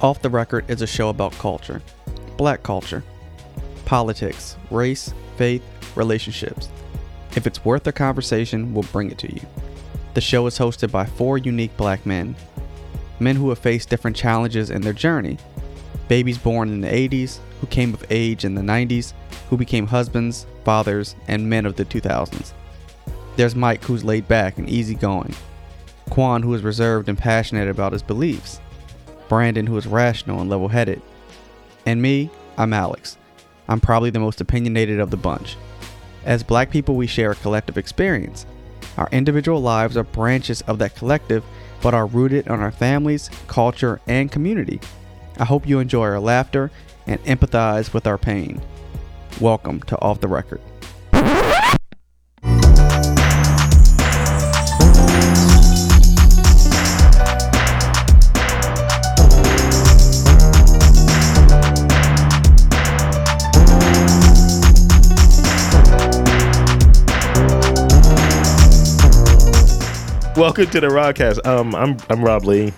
Off the Record is a show about culture, black culture, politics, race, faith, relationships. If it's worth a conversation, we'll bring it to you. The show is hosted by four unique black men, men who have faced different challenges in their journey. Babies born in the 80s, who came of age in the 90s, who became husbands, fathers, and men of the 2000s. There's Mike, who's laid back and easygoing. Quan, who is reserved and passionate about his beliefs. Brandon, who is rational and level headed. And me, I'm Alex. I'm probably the most opinionated of the bunch. As black people, we share a collective experience. Our individual lives are branches of that collective, but are rooted on our families, culture, and community. I hope you enjoy our laughter and empathize with our pain. Welcome to Off the Record. Welcome to the Rodcast. Um, I'm I'm Rob Lee,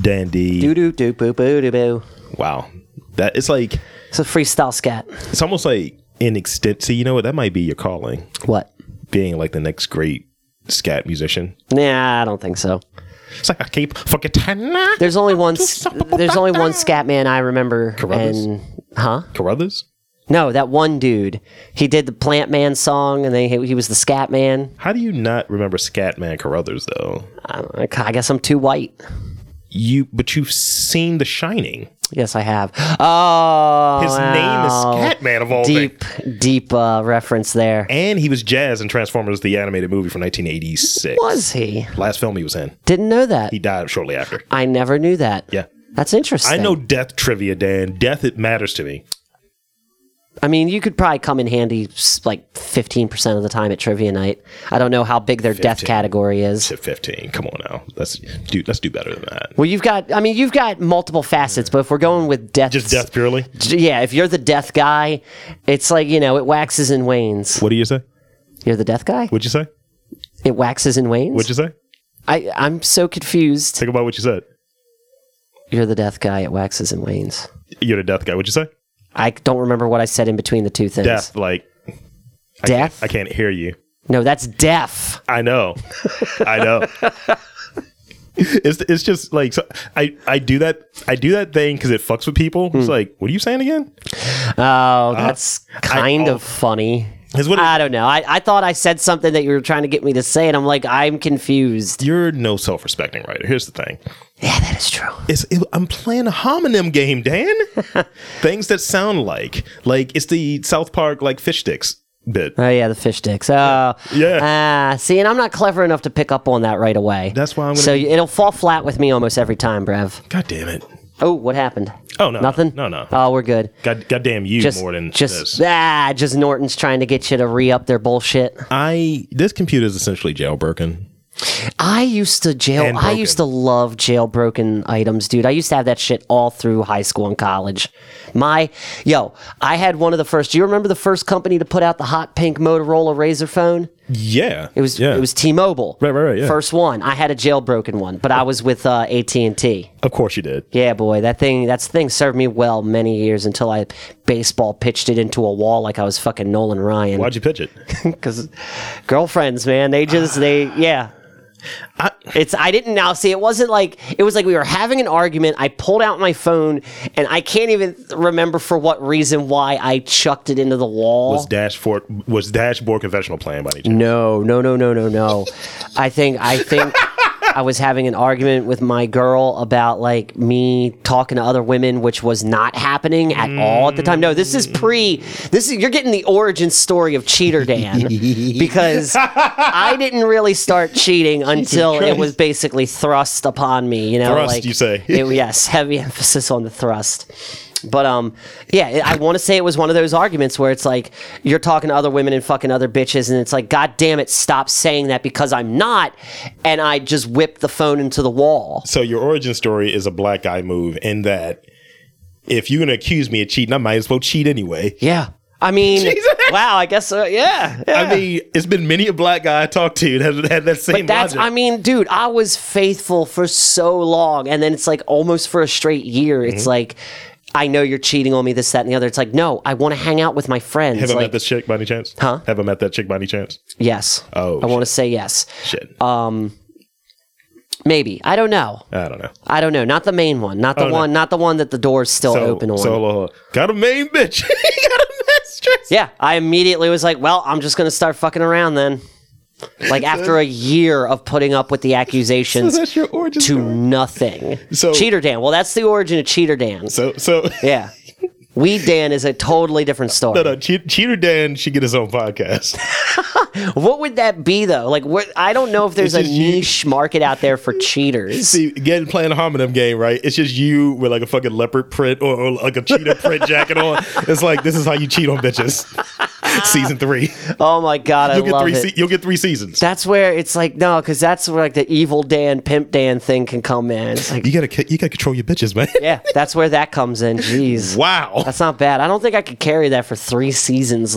Dandy. Doo doo doo boo boo doo boo. Wow, that it's like It's a freestyle scat. it's almost like in extent. See, you know what? That might be your calling, What? being like the next great scat musician. Nah, I don't think so. It's like I keep forgetting There's only one. s- There's only one scat man I remember. Carruthers? And huh? Carruthers. No, that one dude. He did the Plant Man song, and then he, he was the scat man. How do you not remember Scatman Carruthers though? I, don't know, Uh, I guess I'm too white. You, but you've seen The Shining. Yes, I have. Oh, His wow. name is Scatman of all things. Deep, deep uh, reference there. And he was Jazz in Transformers, the animated movie from 1986. Was he? Last film he was in. Didn't know that. He died shortly after. I never knew that. Yeah. That's interesting. I know death trivia, Dan. Death it matters to me. I mean, you could probably come in handy s- like 15% of the time at trivia night. I don't know how big their death 15. category is. To fifteen, come on now. Let's do let's do better than that. Well, you've got, I mean, you've got multiple facets, but if we're going with death. Just death purely. Yeah, if you're the death guy, it's like, you know, it waxes and wanes. What do you say? You're the death guy? What'd you say? It waxes and wanes? What'd you say? I, I'm so confused. Think about what you said. You're the death guy, it waxes and wanes. You're the death guy. What'd you say? I don't remember what I said in between the two things. Death. Like I Death? Can't, I can't hear you. No, that's deaf. I know. I know. It's, it's just like so I, I do that I do that thing because it fucks with people. It's like, what are you saying again? Oh, Uh, that's kind oh. of funny. Is what it- I don't know. I, I thought I said something that you were trying to get me to say, and I'm like, I'm confused. You're no self respecting writer. Here's the thing. Yeah, that is true. It's it, I'm playing a homonym game, Dan. Things that sound like like it's the South Park like fish sticks bit. Oh yeah, the fish sticks. Oh Yeah. Ah, see, and I'm not clever enough to pick up on that right away. That's why I'm gonna So be- it'll fall flat with me almost every time, Brev. God damn it. Oh, what happened? Oh no. Nothing. No no. Oh, we're good. God God damn you Just more than just this. ah, just Norton's trying to get you to re up their bullshit. I this computer is essentially jailbroken. I used to jail. And I used to broken. love jailbroken items, dude. I used to have that shit all through high school and college. My yo, I had one of the first. Do you remember the first company to put out the hot pink Motorola Razor phone? Yeah. It was yeah. it was T-Mobile. Right, right, right, yeah. First one. I had a jailbroken one, but I was with uh, AT and T. Of course you did. Yeah, boy, that thing that thing served me well many years until I baseball pitched it into a wall like I was fucking Nolan Ryan. Why'd you pitch it? Because girlfriends, man, they just they yeah. it's I didn't now see it wasn't like it was like we were having an argument. I pulled out my phone and I can't even remember for what reason why I chucked it into the wall. Was dashboard was dashboard conventional playing by any chance? No, no, no, no, no, no. I think I think I was having an argument with my girl about like me talking to other women, which was not happening at all at the time. No, this is pre. This is you're getting the origin story of Cheater Dan because I didn't really start cheating until it was basically thrust upon me. You know, Thrust, like you say. it- yes, heavy emphasis on the thrust. But um, yeah, it- I want to say it was one of those arguments where it's like you're talking to other women and fucking other bitches, and it's like, God damn it, stop saying that because I'm not, and I just whipped the phone into the wall. So your origin story is a black guy move in that if you're gonna accuse me of cheating, I might as well cheat anyway. Yeah, I mean, Jesus. wow. I guess uh, yeah, yeah. I mean, it's been many a black guy I talked to that had- had that same But that's, logic. I mean, dude, I was faithful for so long. And then it's like almost for a straight year, Mm-hmm. it's like, I know you're cheating on me, this, that, and the other. It's like, no, I want to hang out with my friends. Have I like, met this chick by any chance? Huh? Have I met that chick by any chance? yes. Oh, I want to say yes. Shit. Um, maybe. I don't know. I don't know. I don't know. Not the main one. Not the Oh, one. no. Not the one that the door's still So, open on. so hold on, hold on. got a main bitch. got a mistress. yeah, I immediately was like, well, I'm just going to start fucking around then. Like after a year of putting up with the accusations That's your origin. to story? nothing. So- Cheater Dan. Well, that's the origin of Cheater Dan. So so Yeah. Weed Dan is a totally different story. no no. Che- Cheater Dan should get his own podcast. What would that be though? Like, what? I don't know if there's a It's just you- niche market out there for cheaters. See, again, playing a homonym game, right? It's just you with like a fucking leopard print or, or like a cheetah print jacket on. It's like this is how you cheat on bitches. Season three, Oh my god, I you'll get love three. it. Se- you'll get three seasons. that's where it's like no, because that's where like the evil Dan, pimp Dan thing can come in. It's like you gotta c- you gotta control your bitches, man. yeah, that's where that comes in. Jeez, Wow. that's not bad. I don't think I could carry that for three seasons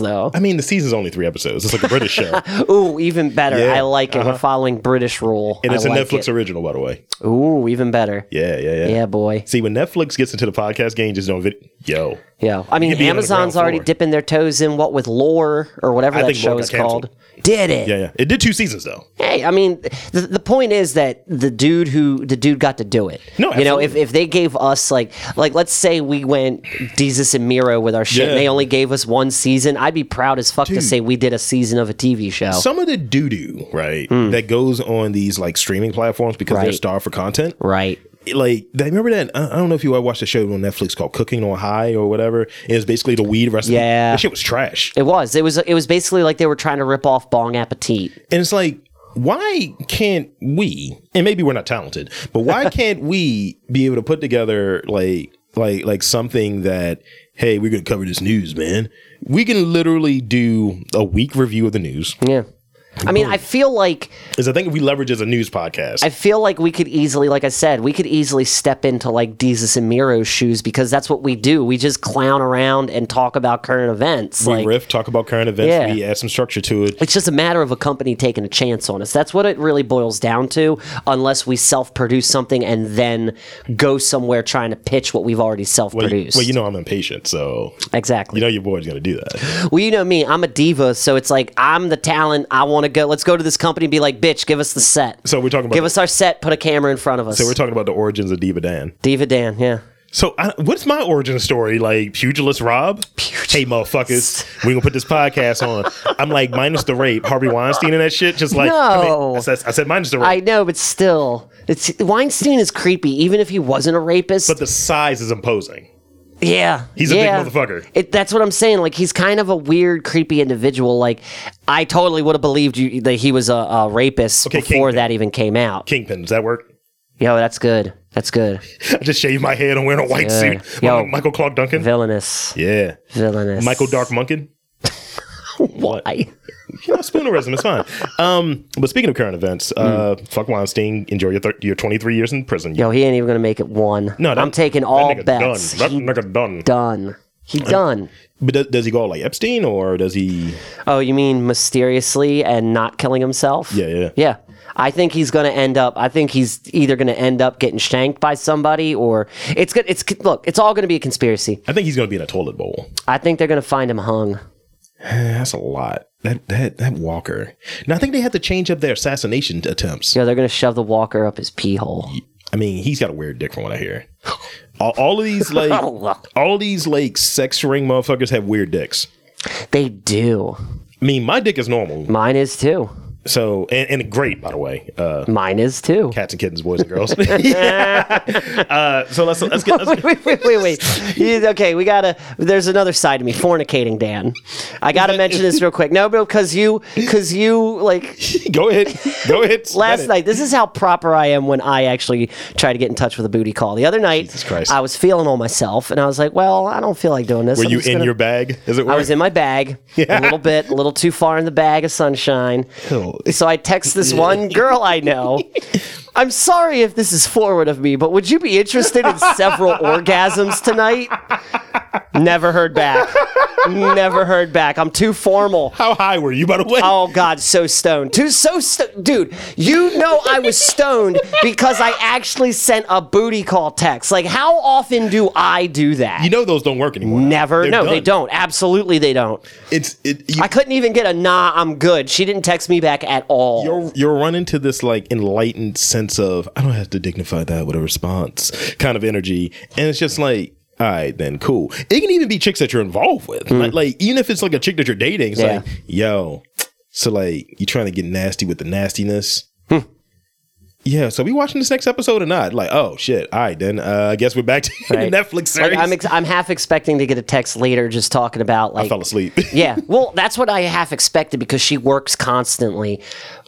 though. I mean, the season's only three episodes. It's like a British show, and Ooh, even better. Yeah, uh-huh. I like it. We're following British rule, it's I a like Netflix It. original, by the way. Ooh, even better. Yeah, yeah, yeah. Yeah, boy. See, when Netflix gets into the podcast game, just don't. Vid- Yo, Yeah, could I mean, be on the Amazon's ground already floor. dipping their toes in what with lore or whatever I that think show lore is got canceled. called. Did it? yeah, yeah. It did two seasons though. Hey, I mean, the, the point is that the dude who the dude got to do it. No, you know, absolutely. if, if they gave us like like let's say we went Jesus and Miro with our shit, and Yeah. they only gave us one season, I'd be proud as fuck to Dude. say we did a season of a TV show. Some of the doo doo, right, that goes on these like streaming platforms because they're Hmm. Right. starved for content. right. like they remember that I I don't know if you ever watched a show on Netflix called Cooking on High or whatever. It was basically the weed recipe. Yeah. that shit was trash. It was. It was. It was basically like they were trying to rip off Bong Appetit. And it's like, why can't we? And maybe we're not talented, but why can't we be able to put together like like like something that hey, we're gonna cover this news, man. We can literally do a week review of the news. Yeah. I mean, I feel like Because I think we leverage as a news podcast. I feel like we could easily, like I said, we could easily step into like Jesus and Miro's shoes because that's what we do. We just clown around and talk about current events. we like, riff, talk about current events, Yeah. we add some structure to it. it's just a matter of a company taking a chance on us. That's what it really boils down to, unless we self produce something and then go somewhere trying to pitch what we've already self Well, you- produced. well, you know I'm impatient, so exactly. you know your boy's gonna do that. well, you know me, I'm a diva, so it's like I'm the talent. I want to go. Let's go to this company and be like, bitch, give us the set. So we're talking about give us our set, put a camera in front of us. so we're talking about the origins of Diva Dan. diva Dan, yeah. So I, what's my origin story? Like pugilist Rob? Hey motherfuckers, we gonna put this podcast on. I'm like minus the rape, Harvey Weinstein and that shit. Just like come here. No. I, said, I said minus the rape, I know, but still, it's Weinstein is creepy, even if he wasn't a rapist. but the size is imposing. yeah, He's a big yeah. motherfucker. It, that's what I'm saying. Like he's kind of a weird, creepy individual. Like I totally would have believed you that he was a, a rapist Okay, before Kingpin. that even came out. Kingpin, does that work? Yo, that's good. That's good. I just shaved my head. I'm wearing a white Good. suit. Yo. Like Michael Clark Duncan. Villainous. yeah, Villainous. Michael Dark Munkin. Why? You know, spoonerism is fine. Um, but speaking of current events, uh, fuck Weinstein. Enjoy your thir- your 23 years in prison. Mm. Yo, he ain't even gonna make it one. No, that- I'm taking that all nigga bets. Done. Uh, That He nigga done. done. He done. But does, does he go like Epstein or does he? Oh, you mean mysteriously and not killing himself? Yeah, yeah. Yeah. I think he's going to end up. I think he's either going to end up getting shanked by somebody, or it's good. It's look. It's all going to be a conspiracy. I think he's going to be in a toilet bowl. I think they're going to find him hung. That's a lot. That that that Walker. Now I think they had to change up their assassination attempts. Yeah, they're going to shove the walker up his pee hole. I mean, he's got a weird dick from what I hear. All, all of these like all of these like sex ring motherfuckers have weird dicks. They do. I mean, my dick is normal. Mine is too. So and, and great, by the way. Uh, Mine is too. cats and kittens, boys and girls. Yeah. Uh, so let's let's get. Let's wait, get wait, wait, wait, wait. You- okay, we gotta. There's another side to me, fornicating, Dan. I gotta mention this real quick. No, because you, because you like go ahead. Go ahead. Let last it. night. This is how proper I am when I actually try to get in touch with a booty call. The other night, Christ. I was feeling on myself, and I was like, "Well, I don't feel like doing this." Were I'm you just in gonna- your bag? Is it? I were? was in my bag a little bit, a little too far in the bag of sunshine. Ew. So I text this one girl I know. I'm sorry if this is forward of me, but would you be interested in several orgasms tonight? Never heard back. Never heard back. I'm too formal. How high were you, by the way? Oh God, so stoned. Too so stoned, dude. You know I was stoned because I actually sent a booty call text. Like, how often do I do that? You know those don't work anymore. Never. They're no, done. they don't. Absolutely, they don't. It's it. You, I couldn't even get a nah. I'm good. She didn't text me back at all. you're you're running to this like enlightened sense of I don't have to dignify that with a response kind of energy, and it's just like. All right, then cool. It can even be chicks that you're involved with. Like, like, even if it's like a chick that you're dating, it's Hmm. Yeah. like, yo, so like you trying to get nasty with the nastiness. Hmm. Yeah, so we watching this next episode or not? Like, oh shit. All right, then uh, I guess we're back to Right. the Netflix Like, series. I'm ex- I'm half expecting to get a text later, just talking about like I fell asleep. yeah well that's what i half expected because she works constantly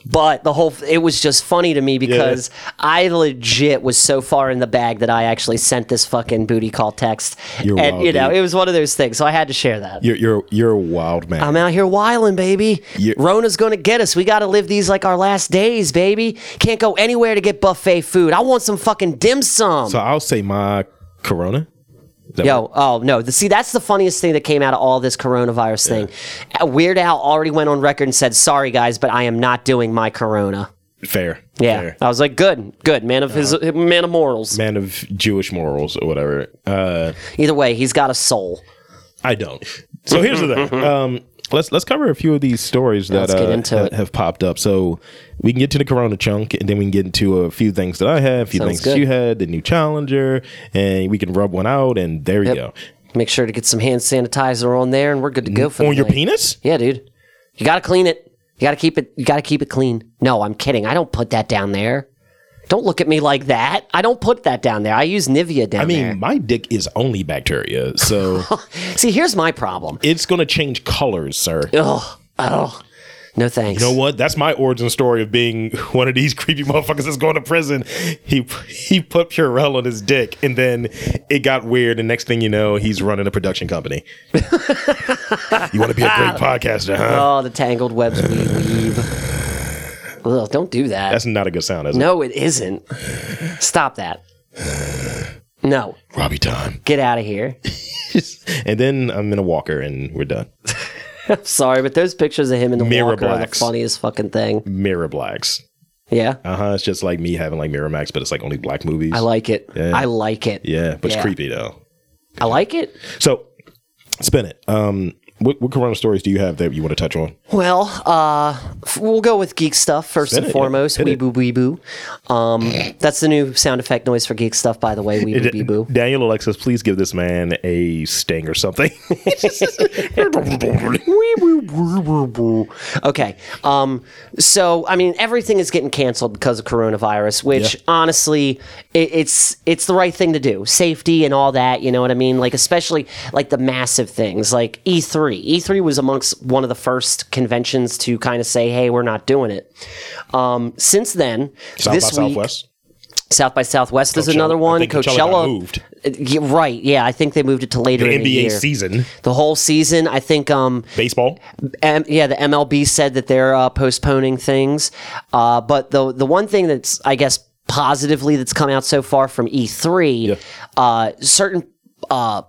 but the whole it was just funny to me because i legit was so far in the bag that i actually sent this fucking booty call text You're and wild, you know dude. it was one of those things so i had to share that you're you're you're a wild man. I'm out here wiling, baby. You- Rona's gonna get us. We gotta live these like our last days, baby. Can't go anywhere to get buffet food. I want some fucking dim sum. so I'll say my Corona. Is that Yo, oh no. The, see, that's the funniest thing that came out of all this coronavirus thing. Uh, Weird Al already went on record and said, "Sorry guys, but I am not doing my corona." Fair. Yeah, Fair. Uh-huh. I was like, "Good, good man of his man of morals." Man of Jewish morals or whatever. Uh, Either way, he's got a soul. I don't. So here's the thing. Um, let's let's cover a few of these stories that Let's uh, get into ha- it. have popped up. So we can get to the Corona chunk, and then we can get into a few things that I had, a few Sounds things that good. you had, the new challenger, and we can rub one out. And there you go. Make sure to get some hand sanitizer on there, and we're good to go for On the your night. penis? Yeah, dude, you gotta clean it. You gotta keep it. You gotta keep it clean. No, I'm kidding. I don't put that down there. Don't look at me like that. I don't put that down there. I use Nivea down I mean, there. my dick is only bacteria, so See, here's my problem. it's gonna change colors, sir. Ugh. Oh. No thanks. You know what? That's my origin story of being one of these creepy motherfuckers that's going to prison. He he put Purell on his dick, and then it got weird. And next thing you know, he's running a production company. you want to be a great podcaster, huh? Oh, the tangled webs we weave. Ugh, don't do that. That's not a good sound, is it? no, it isn't. Stop that. No, Robbie time. get out of here. and then I'm in a walker, and we're done. Sorry, but those pictures of him in the Mirror walker are the blacks. funniest fucking thing. Mirror blacks. Yeah, Uh huh. It's just like me having like Miramax, but it's like only black movies. I like it. Yeah. I like it. yeah, but Yeah. it's creepy though. I like it. So spin it. Um, what, what Corona stories do you have that you want to touch on? Well, uh, f- we'll go with geek stuff first Spin and it, yeah. foremost. Hit Wee it. boo wee boo. Um, that's the new sound effect noise for geek stuff, by the way. Wee boo wee boo. Daniel Alexis, please give this man a sting or something. Okay. Um, so I mean, everything is getting canceled because of coronavirus, which Yeah. honestly, it, it's it's the right thing to do. Safety and all that, you know what I mean? Like especially like the massive things, like E E3. E3 was amongst one of the first conventions to kind of say, "Hey, we're not doing it." Um, since then, South this by week, Southwest. South by Southwest is Coachella. another I one. think Coachella got Coachella, moved. Uh, yeah, right? Yeah, I think they moved it to later in the NBA year. season. The whole season, I think. Um, Baseball. M- yeah, the MLB said that they're uh, postponing things. Uh, but the the one thing that's I guess positively that's come out so far from E3, uh, certain uh,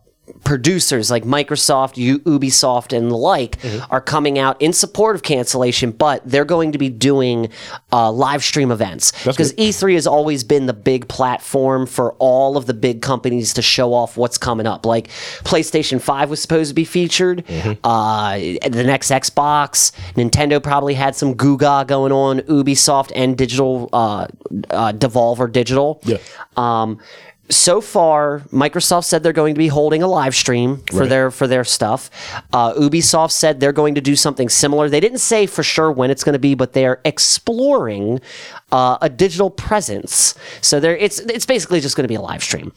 producers like Microsoft, U- Ubisoft, and the like Mm-hmm. are coming out in support of cancellation, but they're going to be doing uh, live stream events because E3 has always been the big platform for all of the big companies to show off what's coming up. Like PlayStation 5 was supposed to be featured, uh, the next Xbox, Nintendo probably had some Guga going on, Ubisoft and Digital uh, uh, Devolver Digital. Yeah. Um, so far, Microsoft said they're going to be holding a live stream for their for their stuff. Uh, Ubisoft said they're going to do something similar. They didn't say for sure when it's going to be, but they are exploring uh, a digital presence. So there, it's it's basically just going to be a live stream.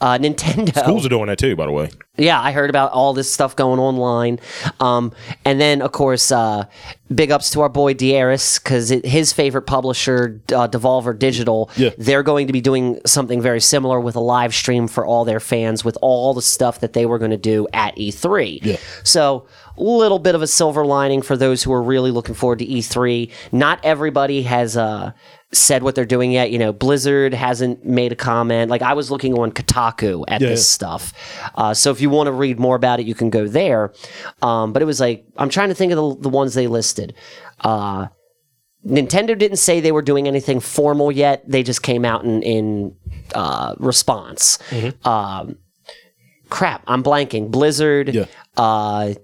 Uh, Nintendo, Schools are doing that too, by the way. yeah, I heard about all this stuff going online. Um, and then, of course, uh, big ups to our boy Dieris because his favorite publisher, uh, Devolver Digital, Yeah. they're going to be doing something very similar with a live stream for all their fans with all the stuff that they were going to do at E E3. Yeah. So, little bit E of a silver lining for those who are really looking forward to E3. Not everybody has uh, said what they're doing yet. You know, Blizzard hasn't made a comment. Like I was looking on Kotaku at Yeah. this stuff. Uh, so if you want to read more about it, you can go there. Um, but it was like I'm trying to think of the, the ones they listed. Uh, Nintendo didn't say they were doing anything formal yet. They just came out in, in uh, response. Um, crap, I'm blanking. Blizzard. Yeah. Uh,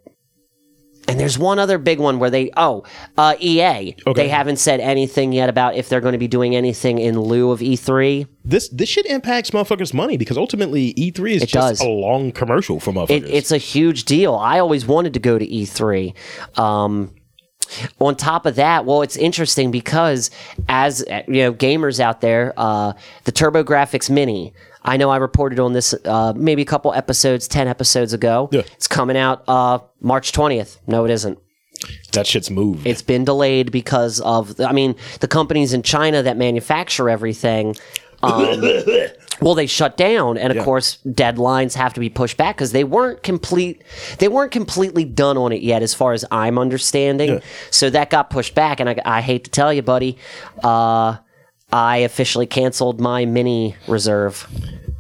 and there's one other big one where they oh uh, EA Okay. they haven't said anything yet about if they're going to be doing anything in lieu of E E3. This this shit impacts motherfuckers' money because ultimately E3 is just does. a long commercial for motherfuckers. It, it's a huge deal. I always wanted to go to E3. Um, on top of that, well, it's interesting because as uh, you know, gamers out there, uh, the TurboGrafx Mini. I know I reported on this uh, maybe a couple episodes, ten episodes ago. Yeah. It's coming out uh, March twentieth. No, it isn't. that shit's moved. It's been delayed because of, I mean, the companies in China that manufacture everything. Um, well, they shut down, and of course, deadlines have to be pushed back because they weren't complete. They weren't completely done on it yet, as far as I'm understanding. So that got pushed back, and I, I hate to tell you, buddy, uh, I officially canceled my mini reserve.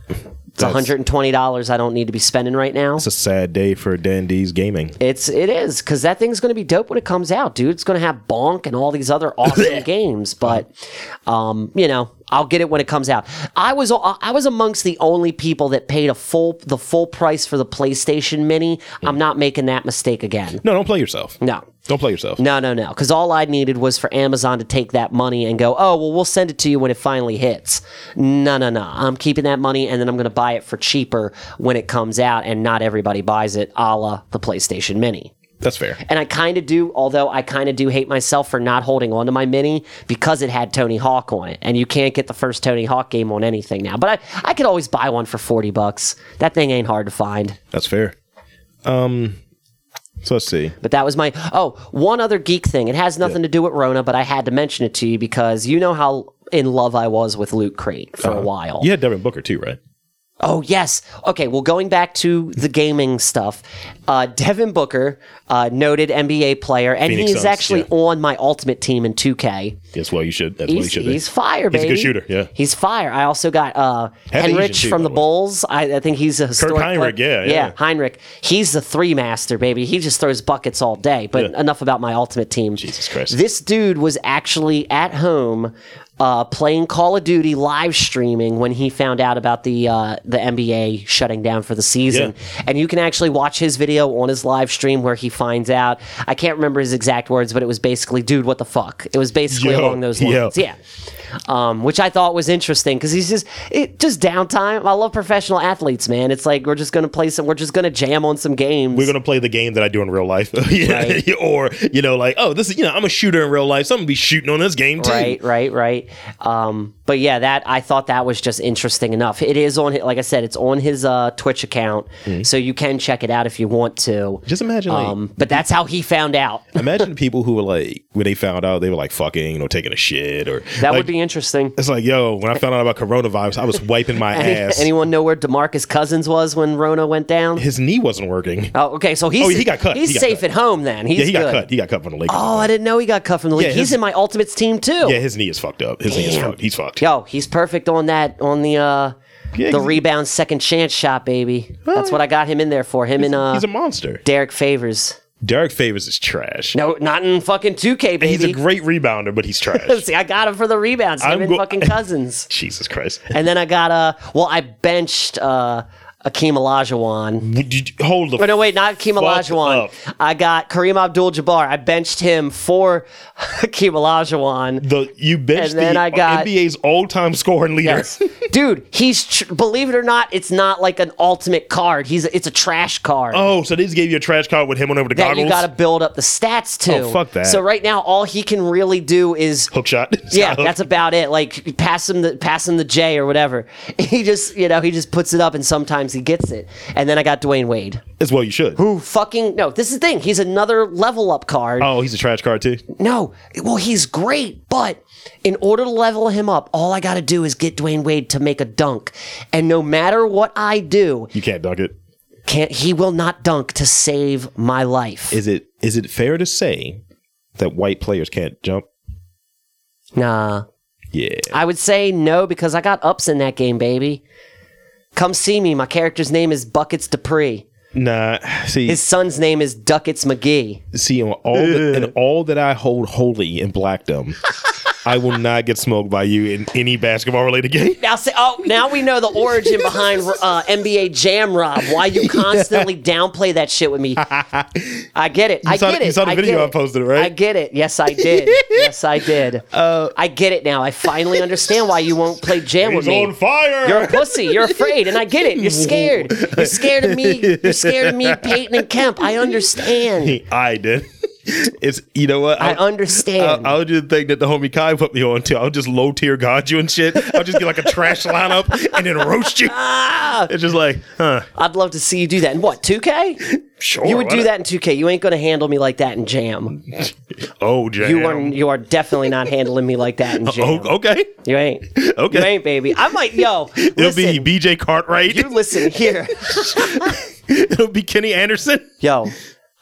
It's That's- $120 I don't need to be spending right now. It's a sad day for Dandy's gaming. It's it is because that thing's going to be dope when it comes out, dude. It's going to have Bonk and all these other awesome games, but um, you know, I'll get it when it comes out. I was uh, I was amongst the only people that paid a full the full price for the PlayStation Mini. I'm not making that mistake again. No, don't play yourself. No, Don't play yourself. no, no, no. Because all I needed was for Amazon to take that money and go, oh, well, we'll send it to you when it finally hits. No, no, no. I'm keeping that money and then I'm going to buy it for cheaper when it comes out, and not everybody buys it a la the PlayStation Mini. That's fair. And I kind of do, although I kind of do hate myself for not holding on to my mini because it had Tony Hawk on it. And you can't get the first Tony Hawk game on anything now. But I, I could always buy one for 40 bucks. That thing ain't hard to find. That's fair. Um, so let's see. But that was my oh, one other geek thing. It has nothing to do with Rona, but I had to mention it to you because you know how in love I was with Loot Crate Uh-huh. for a while. You had Devin Booker too, right? Oh yes. Okay. Well, going back to the gaming stuff, uh, Devin Booker, uh, noted NBA player, and Phoenix he is Suns, actually yeah. on my ultimate team in 2K. Yes, well, you should. That's what you He's, should be. he's fire, He's a baby. good shooter, yeah. He's fire. I also got uh, Half Asian, Henrich too, from by the the way. Bulls. I, I think he's a historic Heinrich, yeah, player. yeah. yeah, Heinrich. He's the three master, baby. He just throws buckets all day. But Yeah. enough about my ultimate team. Jesus Christ. This dude was actually at home uh, playing Call of Duty live streaming when he found out about the uh, the NBA shutting down for the season. And you can actually watch his video on his live stream where he finds out. I can't remember his exact words, but it was basically, "Dude, what the fuck?" It was basically Yo, along those yo. lines. Yeah um, which I thought was interesting because he's just it just downtime. I love professional athletes, man. It's like we're just gonna play some, we're just gonna jam on some games. We're gonna play the game that I do in real life, yeah. Right. or you know, like, oh, this is you know, I'm a shooter in real life, so I'm gonna be shooting on this game too. Right, right, right. Um, but yeah, that I thought that was just interesting enough. It is on, like I said, it's on his uh, Twitch account, so you can check it out if you want to. Mm-hmm. Just imagine, like, Um, but that's how he found out. imagine the people who were like, when they found out, they were like fucking or taking a shit or That like, would be interesting. It's like, yo, when I found out about coronavirus, I was wiping my Any- ass. anyone know where Demarcus Cousins was when Rona went down? His knee wasn't working. Oh, okay, so he's Oh, he got cut. He's He got safe cut. at home then. He's yeah, he got good. cut. He got cut from the Lakers. Oh, I didn't know he got cut from the league. Yeah, he's his- in my Ultimates team too. yeah, his knee is fucked up. His knee is fucked. He's fucked. Yo, he's perfect on that on the uh Yeah, the he's- rebound second chance shot, baby. That's what I got him in there for. Him and uh he's a monster. Derek Favors. Derek Favors is trash. No, not in fucking 2K, baby. he's a great rebounder, but he's trash. See, I got him for the rebounds. Him I'm and go- fucking Cousins. Jesus Christ. and then I got uh well, I benched uh Akeem Olajuwon. Would you- Hold the But no, wait, not Akeem Olajuwon. up. I got Kareem Abdul-Jabbar. I benched him for Akeem Olajuwon. The you benched And then the I got- NBA's all-time scoring leader. Yes. Dude, he's tr- believe it or not, it's not like an ultimate card. He's it's a trash card. oh, so they just gave you a trash card with him on over the That goggles. you got to build up the stats to. Oh, fuck that. So right now, all he can really do is, hook shot. yeah, that's about it. Like pass him the pass him the J or whatever. He just you know he just puts it up, and sometimes he gets it. And then I got Dwayne Wade, as well you should. who fucking no. This is the thing. He's another level up card. Oh, he's a trash card too. No, well, he's great, but in order to level him up, all I got to do is get Dwayne Wade to make a dunk. And no matter what I do, You can't dunk it. can't he will not dunk to save my life. Is it is it fair to say that white players can't jump? nah. Yeah. I would say no because I got ups in that game, baby. Come see me. My character's name is Buckets Dupree. Nah. See, His son's name is Duckets McGee. see, on all the, and all that I hold holy in blackdom, I will not get smoked by you in any basketball related game. Now say, oh, now we know the origin behind uh, NBA Jam Rob. Why you constantly downplay that shit with me? I get it. I saw get the- it. you saw the I video get I it. posted, right? Uh, I get it. Yes, I did. yes, I did. I get it now. I finally understand why you won't play Jam with He's me. on fire. You're a pussy. You're afraid, and I get it. You're scared. You're scared of me. You're scared of me, Peyton and Kemp. I understand. I did. It's you know what I I'll- understand. I, I would just think that the homie Kai put me on too. I'll just low tier god you and shit. I'll just get like a trash lineup and then roast you. It's just like, huh? Ah, I'd love to see you do that. in what? 2K? Sure. You would why do not? that in 2K. You ain't gonna handle me like that in Jam. Oh, jam. You are you are definitely not handling me like that in Jam. Oh, okay. You ain't. Okay. You ain't, baby. I might. Yo, It'll listen. be BJ Cartwright. you listen here. It'll be Kenny Anderson. Yo,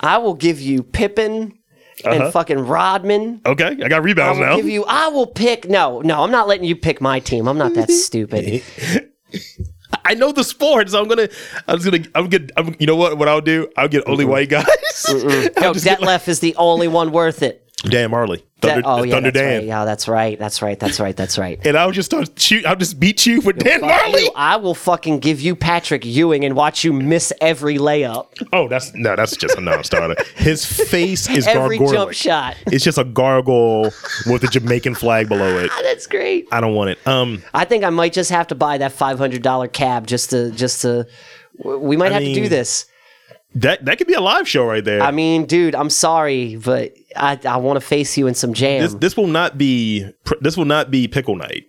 I will give you Pippin and Uh-huh. fucking Rodman. Okay, I got rebounds I'll now. give you. I will pick. No, no, I'm not letting you pick my team. I'm not that stupid. I know the sport, so I'm gonna. I'm just gonna. I'm gonna. I'm, you know what? What I'll do? I'll get only white guys. Yo, Detlef is the only one worth it. Dan Marley, Thunder, That- oh yeah, Thunder that's Dan, right. Yeah, that's right. That's right. That's right. That's right. and I'll just start shoot. I'll just beat you with Dan Marley. You, I will fucking give you Patrick Ewing and watch you miss every layup, Oh, that's no. That's just a non-starter. His face is every gargoyle. jump shot. It's just a gargoyle with a Jamaican flag below it. Ah, That's great. I don't want it. Um, I think I might just have to buy that five hundred dollar cab just to just to. w- We might have to do mean- this. that that could be a live show right there. I mean, dude, I'm sorry, but I I want to face you in some jam. this this will not be pr- this will not be pickle night.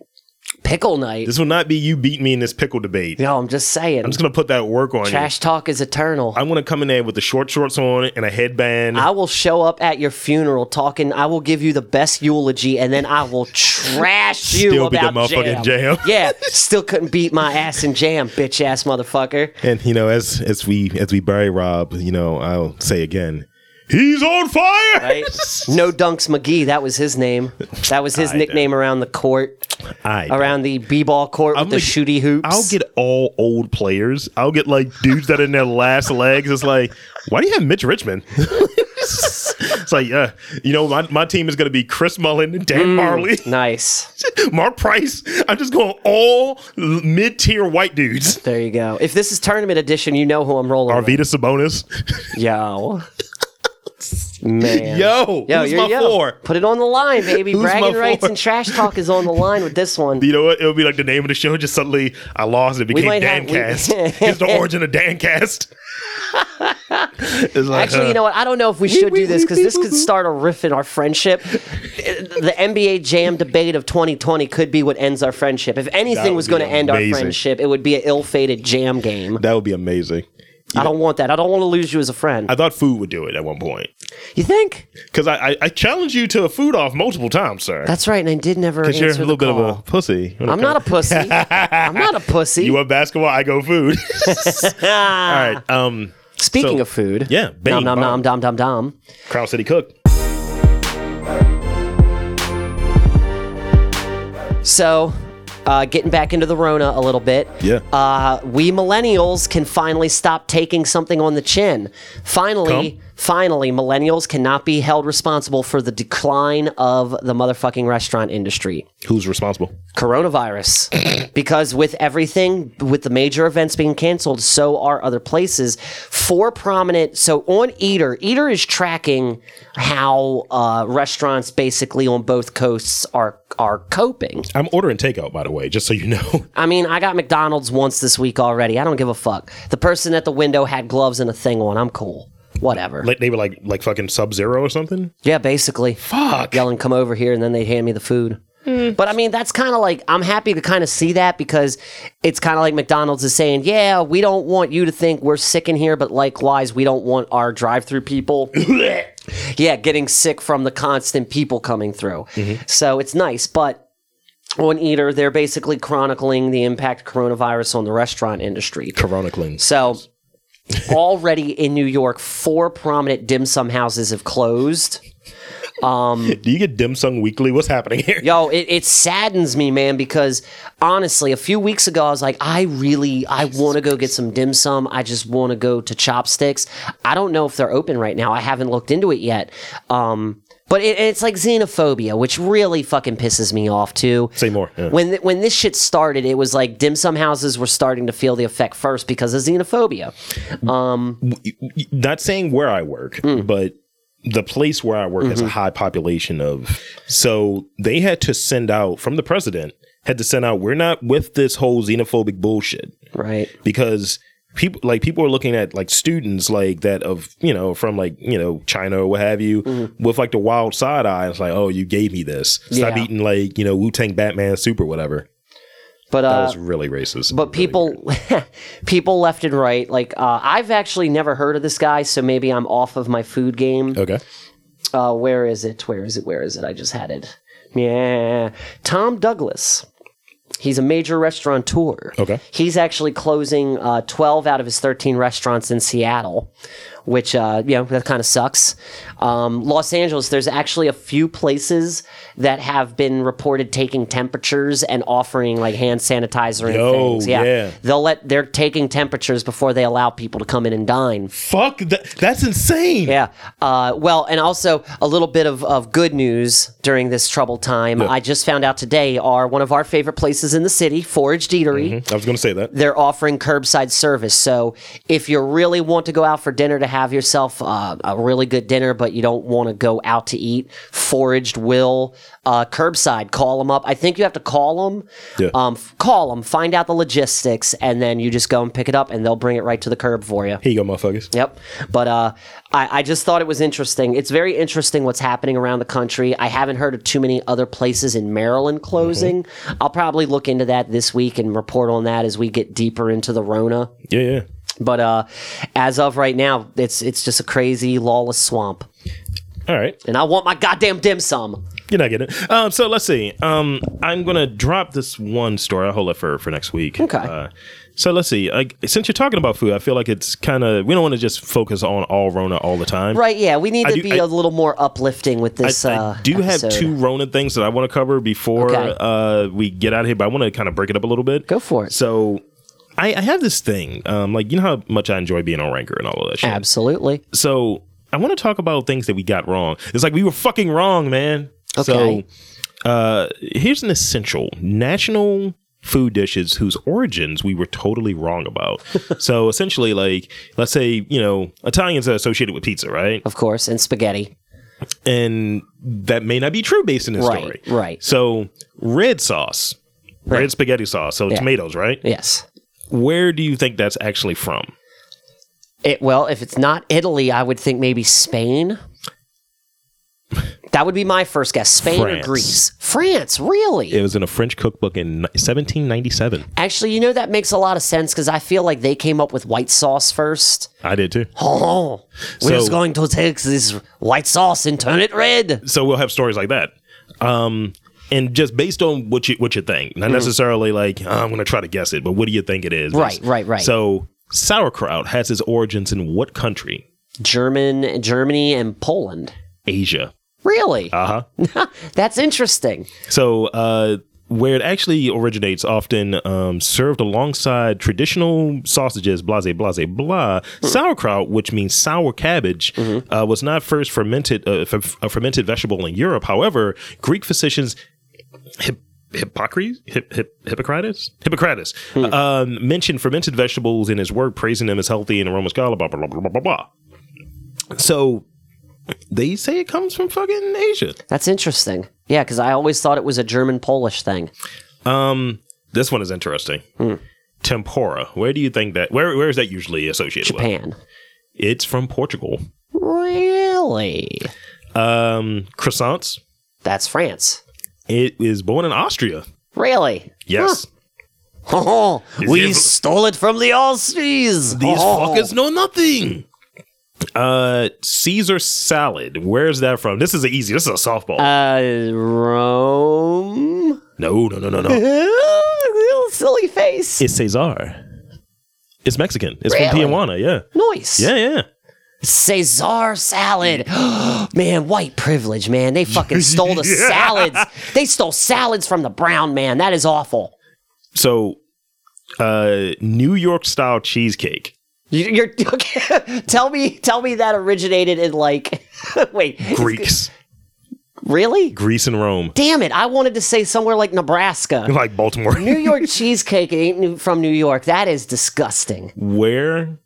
Pickle night. This will not be you beat me in this pickle debate. no, I'm just saying. I'm just gonna put that work on you. Trash talk is eternal. i I'm gonna come in there with the short shorts on and a headband. will show up at your funeral talking. I will give you the best eulogy, and then I will trash you Still be the about motherfucking jam. yeah, still couldn't beat my ass in jam, bitch ass motherfucker. and you know, as as we as we bury Rob, you know, I'll say again, he's on fire. Right? No Dunks McGee, that was his name. That was his I nickname around the court. I around the b-ball court with the gonna- shooty hoops. I'll get all old players. I'll get like dudes that are in their last legs. It's like, why do you have Mitch Richmond? it's like, yeah, you know, my, my team is gonna be Chris Mullen, Dan Mm. Marley, nice. Mark Price. I'm just going all mid tier white dudes. There you go. If this is tournament edition, you know who I'm rolling. Arvita Sabonis. with. Yo, man. Yo, Yo, who's you're- my yo. four? Put it on the line, baby. Who's my Bragging rights four? and trash talk is on the line with this one. You know what? It'll be like the uh, name of the show. Just suddenly, I lost. It became might have- we- Dancast. it's the origin of Dancast. it's like, Actually, uh, you know what? I don't know if we should do this because this could start a riff in our friendship. The NBA Jam debate of 2020 could be what ends our friendship. If anything would was be going to end our amazing. friendship, it would be an ill-fated Jam game. that would be amazing. I don't want that. I don't want to lose you as a friend. I thought food would do it at one point you think? because I, I I challenged you to a food off multiple times, sir. That's right, and I did never answer you're a the little bit of call. a pussy. when it I'm not a comes- pussy. I'm not a pussy. You want basketball? I go food. All right. Um, Speaking so- of food, yeah, Um, bang, nom nom bong. nom dom dom dom. Crown City Cook. So, uh, getting back into the Rona a little bit. Yeah. Uh, we millennials can finally stop taking something on the chin. Finally, Come. finally, millennials cannot be held responsible for the decline of the motherfucking restaurant industry. Who's responsible? coronavirus because with everything with the major events being canceled so are other places four prominent so on eater eater is tracking how uh, restaurants basically on both coasts are are coping I'm ordering takeout, by the way, just so you know. i mean i got mcdonald's once this week already i don't give a fuck the person at the window had gloves and a thing on i'm cool whatever like they were like like fucking Sub Zero or something. yeah basically Fuck. yelling, "Come over here!" and then they hand me the food. But I mean, that's kind of like I'm happy to kind of see that because it's kind of like McDonald's is saying, "Yeah, we don't want you to think we're sick in here, but likewise, we don't want our drive-through people, yeah, getting sick from the constant people coming through." Mm-hmm. So it's nice, but. On Eater, they're basically chronicling the impact of coronavirus on the restaurant industry. Corona cleanse. So, already in New York, four prominent dim sum houses have closed. Um, Do you get dim sum weekly? What's happening here? Yo, it, it saddens me, man, because honestly, a few weeks ago, I was like, I really, I want to go get some dim sum. I just want to go to Chopsticks. I don't know if they're open right now. I haven't looked into it yet. Um, but it, it's like xenophobia, which really fucking pisses me off too. Say more, yeah. When th- when this shit started, it was like dim sum houses were starting to feel the effect first because of xenophobia. Not saying where I work, Hmm. but the place where I work has Mm-hmm. a high population of. So they had to send out from the president had to send out. We're not with this whole xenophobic bullshit. Right. because people like people are looking at like students like that of you know from like you know China or what have you with like the wild side eye. It's like oh you gave me this. Stop Mm-hmm. Yeah. eating like you know Wu Tang Batman soup or whatever. But uh, That was really racist. but people people left and right like uh, i've actually never heard of this guy so maybe i'm off of my food game okay. uh, where is it where is it where is it i just had it yeah tom douglas he's a major restaurateur Okay. he's actually closing uh, 12 out of his 13 restaurants in seattle which uh, you know that kind of sucks um, los angeles there's actually a few places that have been reported taking temperatures and offering like hand sanitizer and Yo, things yeah. they'll let they're taking temperatures before they allow people to come in and dine Fuck that. That's insane. yeah. Uh, well, and also a little bit of, of good news during this troubled time. I just found out today are one of our favorite places in the city, Foraged Eatery. I was gonna say that. They're offering curbside service. So if you really want to go out for dinner to have yourself uh, a really good dinner, but you don't want to go out to eat, Foraged will uh, curbside. Call them up. I think you have to call them. Yeah. Um, f- call them, find out the logistics, and then you just go and pick it up, and they'll bring it right to the curb for you. Here you go, motherfuckers. Yep. But uh, I, I just thought it was interesting. It's very interesting what's happening around the country. I haven't heard of too many other places in Maryland closing. I'll probably look into that this week and report on that as we get deeper into the Rona. Yeah, yeah. But uh, as of right now, it's it's just a crazy lawless swamp. All right. And I want my goddamn dim sum. You're not getting it. Um, so let's see. Um, I'm gonna drop this one story. I'll hold it for for next week. Okay. Uh, so let's see. Like since you're talking about food, I feel like it's kind of we don't want to just focus on all Rona all the time. Right? Yeah. We need I to do- be I- a little more uplifting with I, this. I uh, do have episode. two Rona things that I want to cover before Okay. uh, we get out of here, but I want to kind of break it up a little bit. Go for it. So I, I have this thing. Um, like you know how much I enjoy being on Ranker and all of that shit. Absolutely. so I want to talk about things that we got wrong. It's like we were fucking wrong, man. Okay. So uh, here's an essential national food dishes whose origins we were totally wrong about. so essentially, like let's say you know Italians are associated with pizza, right? Of course. And spaghetti. And that may not be true based on this Right, story, right. So red sauce. Red spaghetti sauce, so tomatoes, right? Yes. Where do you think that's actually from? It, well, if it's not Italy, I would think maybe Spain. That would be my first guess. Spain France. or Greece? France, really? It was in a French cookbook in 1797. Actually, you know that makes a lot of sense because I feel like they came up with white sauce first. I did too. Oh, we're So- just going to take this white sauce and turn it red. so we'll have stories like that. Um, and just based on what you what you think, Mm-hmm. not necessarily like "Oh, I'm going to try to guess it, but what do you think it is? Right, right, right. So sauerkraut has its origins in what country? German, Germany, and Poland. Asia. Really? Uh huh. That's interesting. So uh, where it actually originates, often um, served alongside traditional sausages, blah blah blah blah. Sauerkraut, which means sour cabbage, uh, was not first fermented uh, f- a fermented vegetable in Europe. However, Greek physicians Hip- Hippocrates, Hip- Hip- Hippocrates, Hippocrates um, mentioned fermented vegetables in his work, praising them as healthy and aroma scholar. Blah blah blah blah blah blah. So they say it comes from fucking Asia. That's interesting. Yeah, because I always thought it was a German Polish thing. Um, This one is interesting. Hmm. Tempura. Where do you think that? Where where is that usually associated with? Japan. It's from Portugal. Really? Um, croissants. That's France. It is born in Austria. Really? Yes. Oh, we evil. stole it from the Aussies. These Oh. fuckers know nothing. Uh, Caesar salad. Where's that from? This is an easy. This is a softball. Uh, Rome. no, no, no, no, no. Little silly face. it's Caesar. It's Mexican. It's Really? from Tijuana. Yeah. Nice. Yeah, yeah. Caesar salad. man, white privilege, man. They fucking stole the salads. They stole salads from the brown man. That is awful. So, uh, New York style cheesecake. You- You're okay. tell me, tell me that originated in like, wait, Greeks, really? Greece and Rome, Damn it! I wanted to say somewhere like Nebraska. like Baltimore. New York cheesecake ain't new- from New York. That is disgusting. Where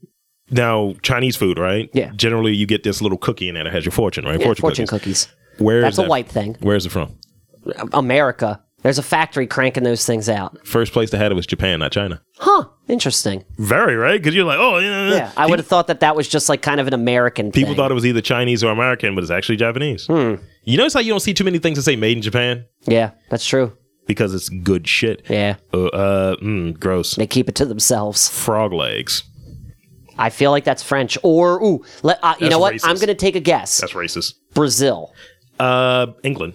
now Chinese food, right? Yeah. Generally, you get this little cookie in it that has your fortune, right? Yeah, fortune cookies. Where is That's a that- white thing. Where is it from? America. There's a factory cranking those things out. First place that had it was Japan, not China. Huh? Interesting. Very right, because you're like, oh yeah. Yeah, I would have thought that that was just like kind of an American People thing. thought it was either Chinese or American, but it's actually Japanese. Hmm. You notice how you don't see too many things that say "Made in Japan" yeah, that's true. because it's good shit. Yeah, Uh, uh mm, gross. they keep it to themselves. Frog legs. I feel like that's French. Or ooh, let, uh, you That's know what? racist. I'm going to take a guess. That's racist. Brazil. Uh, England.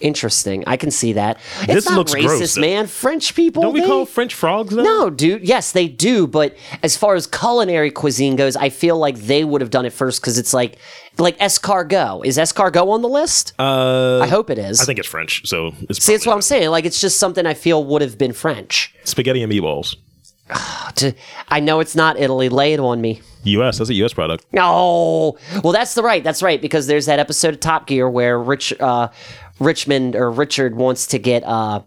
Interesting. I can see that. It's This not looks racist, gross, though. man. French people. Don't we they- call French frogs? Now? no, dude. Yes, they do. But as far as culinary cuisine goes, I feel like they would have done it first because it's like, like escargot. Is escargot on the list? Uh, I hope it is. I think it's French, so it's See, that's what I'm saying. Like, it's just something I feel would have been French. spaghetti and meatballs. To- I know it's not Italy. Lay it on me. U.S. That's a U.S. product. No. Well, that's the right. That's right because there's that episode of Top Gear where Rich uh, Richmond or Richard wants to get uh,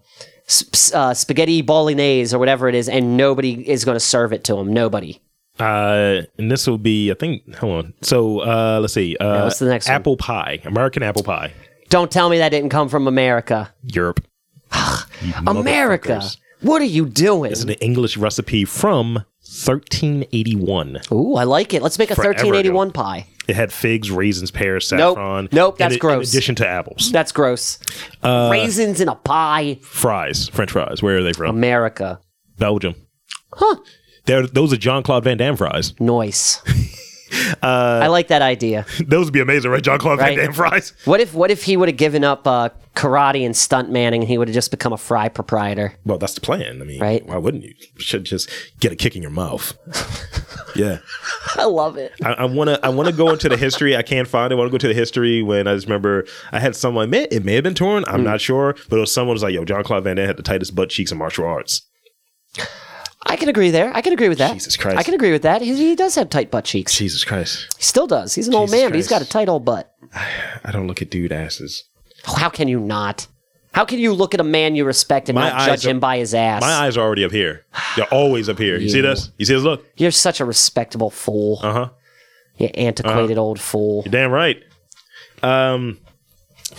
sp- s- uh, spaghetti bolognese or whatever it is, and nobody is going to serve it to him. Nobody. Uh, and this will be, I think. Hold on. So uh, let's see. Uh, what's the next one? Apple pie. American apple pie. Don't tell me that didn't come from America. Europe. You America. motherfuckers. What are you doing? It's an English recipe from 1381. Ooh, I like it. Let's make a Forever 1381 pie. It had figs, raisins, pears, Nope. saffron. Nope, in that's it- gross. In addition to apples, That's gross. Uh, Raisins in a pie. fries, French fries. Where are they from? Um, America. Belgium. Huh. Those are John Claude Van Damme fries. Noise. Uh, I like that idea. Those would be amazing, right? John Claude Right. Van Damme fries. What if what if he would have given up uh, karate and stunt manning and he would have just become a fry proprietor? Well, that's the plan. I mean, Right. why wouldn't you? You should just get a kick in your mouth. yeah. I love it. I, I wanna I wanna go into the history. I can't find it. I wanna go to the history when I just remember I had someone may, it may have been torn, I'm not sure, but it was someone was like, yo, John Claude Van Damme had the tightest butt cheeks in martial arts. I can agree there. I can agree with that. Jesus Christ. I can agree with that. He, he does have tight butt cheeks. He Jesus Christ. still does. He's an old Jesus man, but he's got a Christ. tight old butt. I don't look at dude asses. Oh, how can you not? How can you look at a man you respect and My not judge eyes are- him by his ass? My eyes are already up here. They're always up here. You see this? You see this look? You're such a respectable fool. Uh huh. You antiquated Uh-huh. old fool. Damn right. Um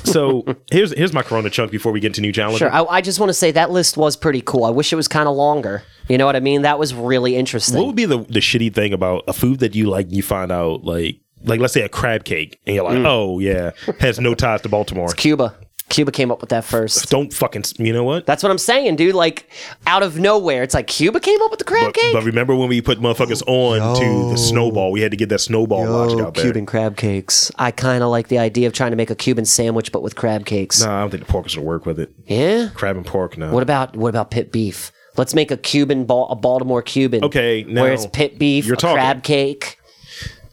so here's here's my corona chunk before we get into new challenges. Sure. I, I just want to say that list was pretty cool. I wish it was kind of longer. You know what I mean? That was really interesting. What would be the, the shitty thing about a food that you like and you find out like like let's say a crab cake and you're like, oh yeah, has no ties to Baltimore. Cuba. Cuba came up with that first. Don't fucking s- you know what? That's what I'm saying, dude. Like out of nowhere, it's like Cuba came up with the crab But, cake. but remember when we put motherfuckers on to the snowball? We had to get that snowball logic out there. Oh, Cuban crab cakes. I kind of like the idea of trying to make a Cuban sandwich, but with crab cakes. Nah, I don't think the pork is gonna work with it. Yeah. Crab and pork, no. What about what about pit beef? Let's make a Cuban, Bal- a Baltimore Cuban. Okay, now where it's pit beef, you're a talking. crab cake.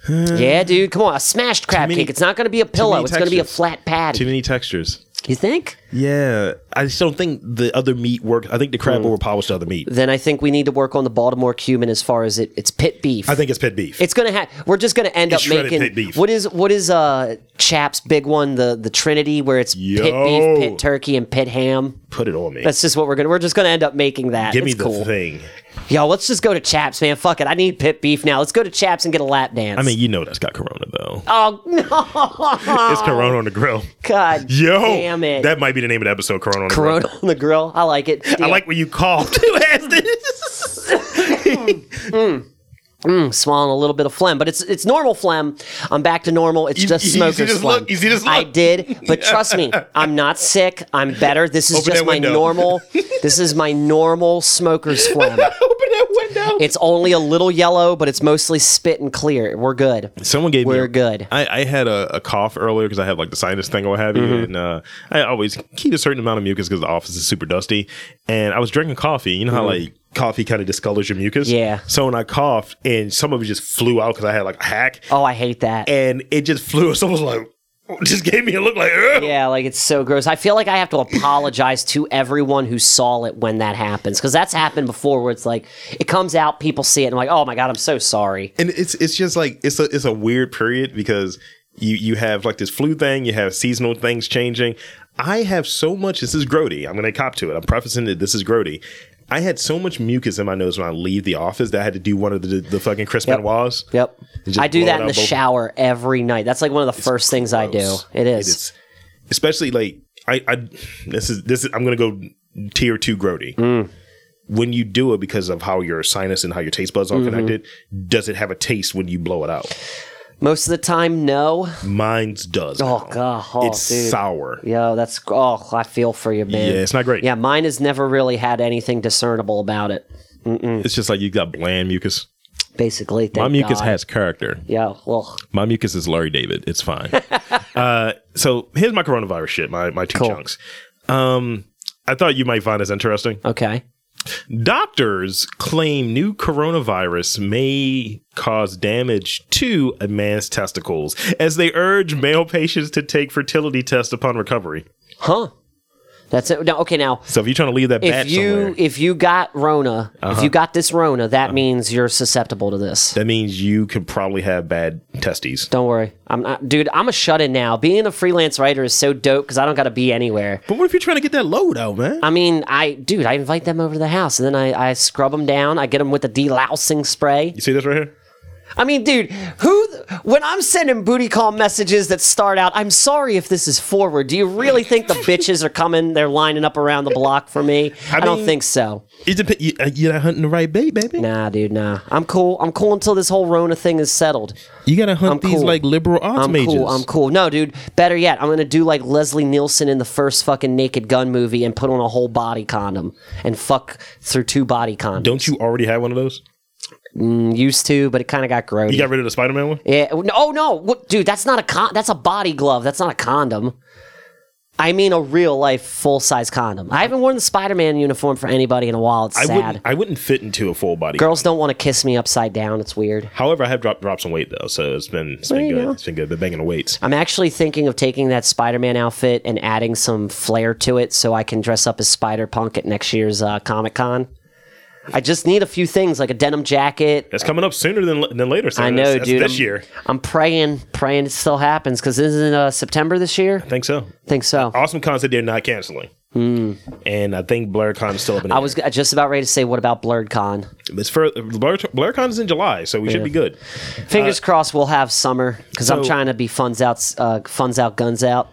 yeah, dude, come on, a smashed crab many- cake. It's not going to be a pillow. many It's going to be a textures. flat Too patty. many textures. You think? Yeah, I just don't think the other meat works. I think the Hmm. crab overpowers the other meat. Then I think we need to work on the Baltimore Cuban as far as it. It's pit beef. I think it's pit beef. It's gonna have. We're just gonna end It's up shredded making. pit beef. What is what is uh Chap's big one? The the Trinity where it's pit Yo. beef, pit turkey, and pit ham. put it on me. That's just what we're gonna. We're just gonna end up making that. Give me It's the cool. thing. Yo, let's just go to Chap's, man. Fuck it. I need pit beef now. Let's go to Chap's and get a lap dance. I mean, you know that's got corona though. oh no, It's corona on the grill. God, Yo, damn it, That might be the name of the episode. Corona. On the Corona on the grill. I like it. Grill. I like what you call two swallowing a little bit of phlegm, but it's it's normal phlegm. I'm back to normal. It's just you see smoker's this phlegm. look? You see this I look? did, but trust me, I'm not sick. I'm better. This is Open just that my window. normal. this is my normal smoker's phlegm. Open that window. It's only a little yellow, but it's mostly spit and clear. We're good. Someone gave me. We're a- good. I, I had a, a cough earlier because I had like the sinus thing or what have you, and uh, I always keep a certain amount of mucus because the office is super dusty. And I was drinking coffee. You know how like coffee kind of discolors your mucus. Yeah. So when I coughed and some of it just flew out because I had like a hack Oh, I hate that. and it just flew. Someone was like, just gave me a look like, "Ugh." Yeah, like it's so gross. I feel like I have to apologize to everyone who saw it when that happens because that's happened before where it's like it comes out, people see it, and I'm like, oh my god, I'm so sorry. and it's it's just like it's a it's a weird period because you you have like this flu thing, you have seasonal things changing. I have so much. This is grody. I'm gonna cop to it. I'm prefacing it. This is grody. I had so much mucus in my nose when I leave the office that I had to do one of the the fucking Chris Yep. Benoit's. Yep. Just I do blow that it in out the both- shower every night. That's like one of the first things I do. Gross. It is. especially like I, I this is this is I'm gonna go tier two grody. Mm. When you do it because of how your sinus and how your taste buds are Mm-hmm. connected, does it have a taste when you blow it out? Most of the time, no. Mine's does. Oh, now. God. Oh, it's dude. sour. Yo, that's oh, I feel for you, man. Yeah, it's not great. Yeah, mine has never really had anything discernible about it. It's just like you got bland mucus. Basically, My Mm. thank mucus God. has character. Yeah, well, My mucus is Larry David. It's fine. uh, so here's my coronavirus shit. My my two Cool. chunks. Um, I thought you might find this interesting. okay. Doctors claim new coronavirus may cause damage to a man's testicles as they urge male patients to take fertility tests upon recovery. Huh. That's it. Now, okay, now So if you're trying to leave that if batch you somewhere, if you got Rona, if you got this Rona, that means you're susceptible to this. that means you could probably have bad testes. Don't worry, I'm not, dude. I'm a shut in now. Being a freelance writer is so dope because I don't got to be anywhere. But what if you're trying to get that load out, man? I mean, I dude, I invite them over to the house and then I, I scrub them down. I get them with the delousing spray. You see this right here? I mean, dude, who when I'm sending booty call messages that start out, I'm sorry if this is forward. Do you really think the bitches are coming? They're lining up around the block for me. I, don't mean- think so. It dep- you, uh, you're not hunting the right bait, baby. Nah, dude, nah. I'm cool. I'm cool until this whole Rona thing is settled. You gotta hunt these cool. like liberal arts I'm majors. cool. I'm cool. No, dude. Better yet, I'm gonna do like Leslie Nielsen in the first fucking Naked Gun movie and put on a whole body condom and fuck through two body condoms. Don't you already have one of those? used to, but it kind of got grody. You got rid of the Spider Man one? yeah. no- Oh no, what, dude. That's not a con. That's a body glove. That's not a condom. I mean, a real life full size condom. I haven't worn the Spider Man uniform for anybody in a while. It's I sad. wouldn't. I wouldn't fit into a full body. Girls don't want to kiss me upside down. It's weird. However, I have dropped dropped some weight though, so it's been it's There been you good. go. It's been good. Been banging the weights. I'm actually thinking of taking that Spider-Man outfit and adding some flair to it, so I can dress up as Spider Punk at next year's uh, Comic Con. I just need a few things like a denim jacket. That's coming up sooner than than later. Sam. I know, That's- that's dude. This I'm, year, I'm praying, praying it still happens because isn't uh, September this year? I think so. think so. Awesome Con said they're not canceling, and I think BlurCon is still up in. Hmm. I was g- just about ready to say, what about BlurredCon? It's for Blur, BlurCon is in July, so we should be good. Fingers crossed, we'll have summer because I'm Uh, so- trying to be funds out, s- uh, funds out, guns out.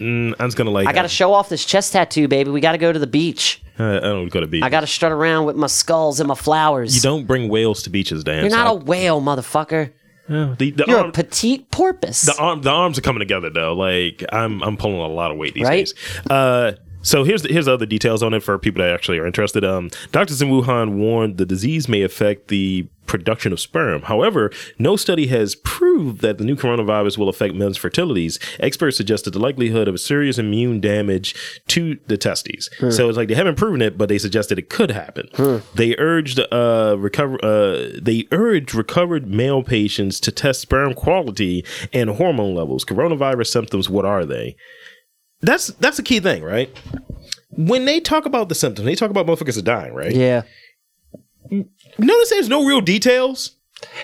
Mm, I'm just gonna like. I got to show off this chest tattoo, baby. We got to go to the beach. I don't go to beach. I got to strut around with my skulls and my flowers. You don't bring whales to beaches, Dan. You're so not I- a whale, motherfucker. the, the, You're a arm- petite porpoise. the arm- the arms are coming together though. Like I'm I'm pulling a lot of weight these Right? days. Uh, so here's the, here's the other details on it for people that actually are interested. Um, doctors in Wuhan warned the disease may affect the production of sperm. However, no study has proved that the new coronavirus will affect men's fertilities. Experts suggested the likelihood of serious immune damage to the testes. So it's like they haven't proven it, but they suggested it could happen. They urged uh, recover uh, they urged recovered male patients to test sperm quality and hormone levels. Coronavirus symptoms, what are they? That's that's a key thing, right? When they talk about the symptoms, they talk about motherfuckers are dying, right? yeah. Notice there's no real details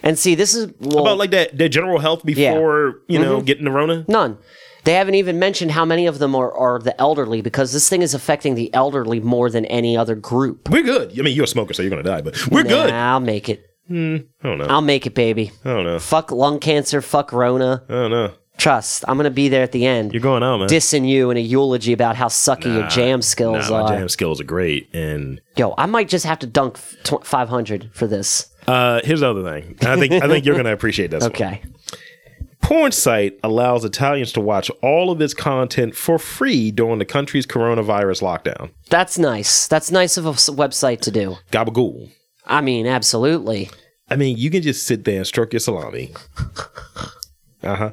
And see, this is well, about like that their general health before you Mm-hmm. know getting the Rona. none. They haven't even mentioned how many of them are, are the elderly because this thing is affecting the elderly more than any other group. We're good. I mean, you're a smoker, so you're gonna die, but we're good. I Nah, I'll make it. don't know. I'll make it, baby. I don't know. Fuck lung cancer. Fuck Rona. I don't know. Trust. I'm gonna be there at the end, You're going out, man. dissing you in a eulogy about how sucky your jam skills nah, are. my jam skills are great, and Yo, I might just have to dunk f- tw- 500 for this. Uh, here's the other thing. And I think I think you're going to appreciate this. One. Okay. Porn site allows Italians to watch all of its content for free during the country's coronavirus lockdown. That's nice. That's nice of a s- website to do. Gabagool. I mean, absolutely. I mean, you can just sit there and stroke your salami. Uh huh.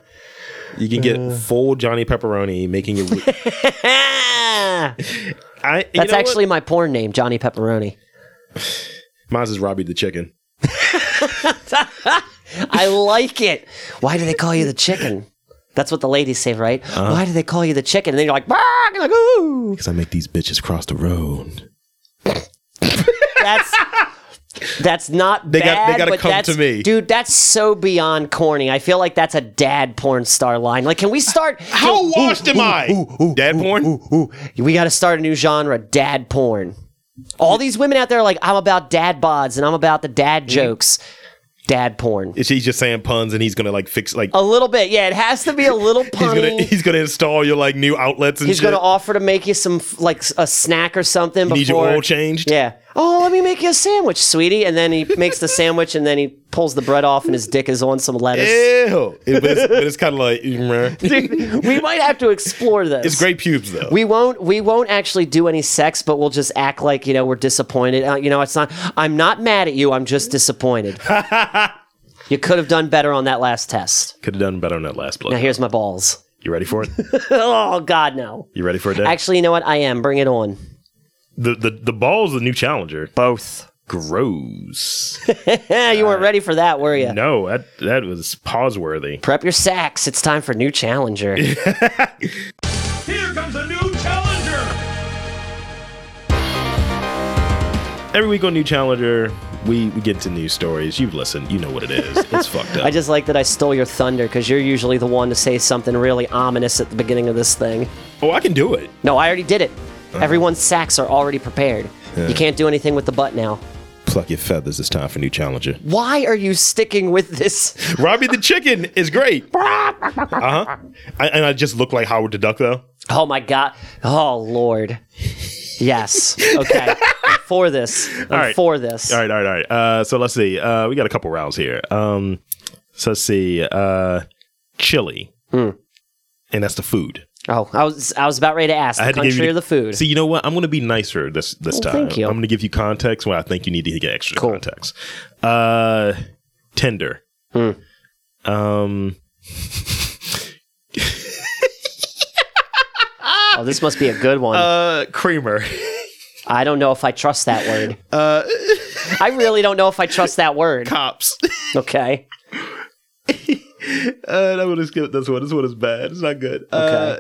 You can get full Johnny Pepperoni making your. I, Ah! you That's know what? actually my porn name, Johnny Pepperoni. Mine's is Robbie the chicken. I like it. Why do they call you the chicken? That's what the ladies say, right? Why do they call you the chicken? And then you're like, "Bark," and like, ooh. Because I make these bitches cross the road. That's that's not They got- bad. they gotta but come that's- to me. dude. That's so beyond corny. I feel like that's a dad porn star line. Like, can we start? How washed am I? Dad porn? We got to start a new genre, dad porn. All these women out there are like, I'm about dad bods and I'm about the dad Mm-hmm. jokes. Dad porn. Is he just saying puns and he's gonna like fix like A little bit, yeah. It has to be a little he's punny. gonna he's gonna install your like new outlets and He's shit. going to offer to make you some f- like s- a snack or something. you need your before. oil changed. Yeah. Oh, let me make you a sandwich, sweetie. And then he makes the sandwich, and then he pulls the bread off, and his dick is on some lettuce. Ew. It- but it's, but it's kind of like meh. Dude, we might have to explore this. it's great pubes though. We won't. We won't actually do any sex, but we'll just act like you know we're disappointed. Uh, you know, it's not. I'm not mad at you. I'm just disappointed. you could have done better on that last test. Could have done better on that last Now blow. here's my balls. You ready for it? Oh God, no. You ready for it? Dad? Actually, you know what? I am. Bring it on. the the the ball's the new challenger. Both. Gross. Yeah, Eh, you weren't ready for that, were you? no, that that was pause worthy. Prep your sacks. It's time for new challenger. Here comes a new challenger! Every week on New Challenger, we, we get to news stories. You've listened. You know what it is. It's fucked up. I just like that I stole your thunder because you're usually the one to say something really ominous at the beginning of this thing. oh, I can do it. No, I already did it. Uh-huh. Everyone's sacks are already prepared. You can't do anything with the butt now. Pluck your feathers. It's time for New Challenger. Why are you sticking with this? Robbie the chicken is great. Uh huh. And I just look like Howard the Duck though. Oh my god. Oh lord. Yes. Okay. I'm for this. I'm right. for this. All right, all right, all right. Uh, so let's see. Uh, we got a couple rounds here. Um, so let's see. Uh, chili, Hmm. and that's the food. Oh, I was I was about ready to ask I the had to give country you or the food. See, you know what? I'm going to be nicer this this time. thank you. I'm going to give you context when I think you need to get extra Cool. context. Uh, Tinder. Hmm. Um, oh, this must be a good one. uh, creamer. Uh, I don't know if I trust that word. I really don't know if I trust that word. Cops. Okay. uh, I'm going to skip this one. This one is bad. It's not good. Uh,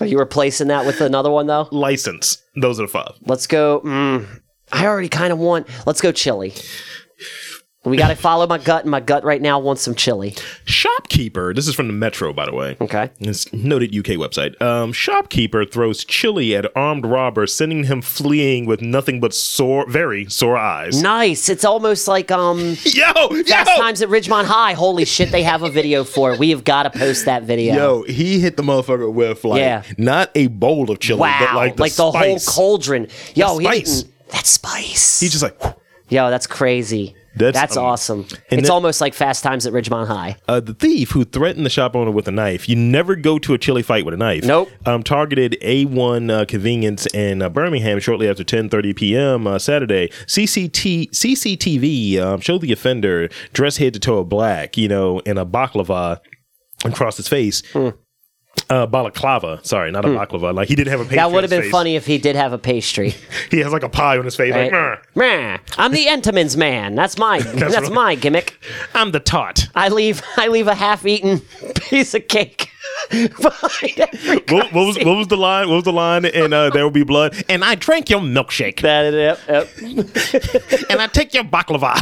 Are you replacing that with another one though? license. Those are the five. Let's go. Mm, I already kind of want. Let's go chili. We got to follow my gut, and my gut right now wants some chili. Shopkeeper. This is from the Metro, by the way. Okay. It's noted UK website. Um, shopkeeper throws chili at armed robber, sending him fleeing with nothing but sore, very sore eyes. Nice. It's almost like um Yo, last yo, times at Ridgemont High. Holy shit, they have a video for it. We have got to post that video. yo! He hit the motherfucker with like Yeah. not a bowl of chili, wow. but like the, whole spice. cauldron. Yo, The he spice. didn't- that spice. He's just like whew. Yo, that's crazy. That's- That's, um, awesome. and It's the- almost like Fast Times at Ridgemont High. uh, the thief who threatened the shop owner with a knife. You never go to a chili fight with a knife. Nope. Um, targeted A1 uh, convenience in uh, Birmingham shortly after 10:30 p.m. Uh, Saturday. CCT, CCTV um, showed the offender dressed head to toe black, you know, in a baklava across his face. Hmm. Uh, balaclava. Sorry, not a baklava. Like he didn't have a pastry. That on would have his been face. funny if he did have a pastry. He has like a pie on his face. Like, Right. "Meh, Meh. I'm the Entenmann's man. That's my that's, right. my gimmick. I'm the tot. I leave I leave a half-eaten piece of cake. behind every What, what was what was the line? What was the line? And uh, there will be blood. And I drank your milkshake. that yep, yep. and I take your baklava.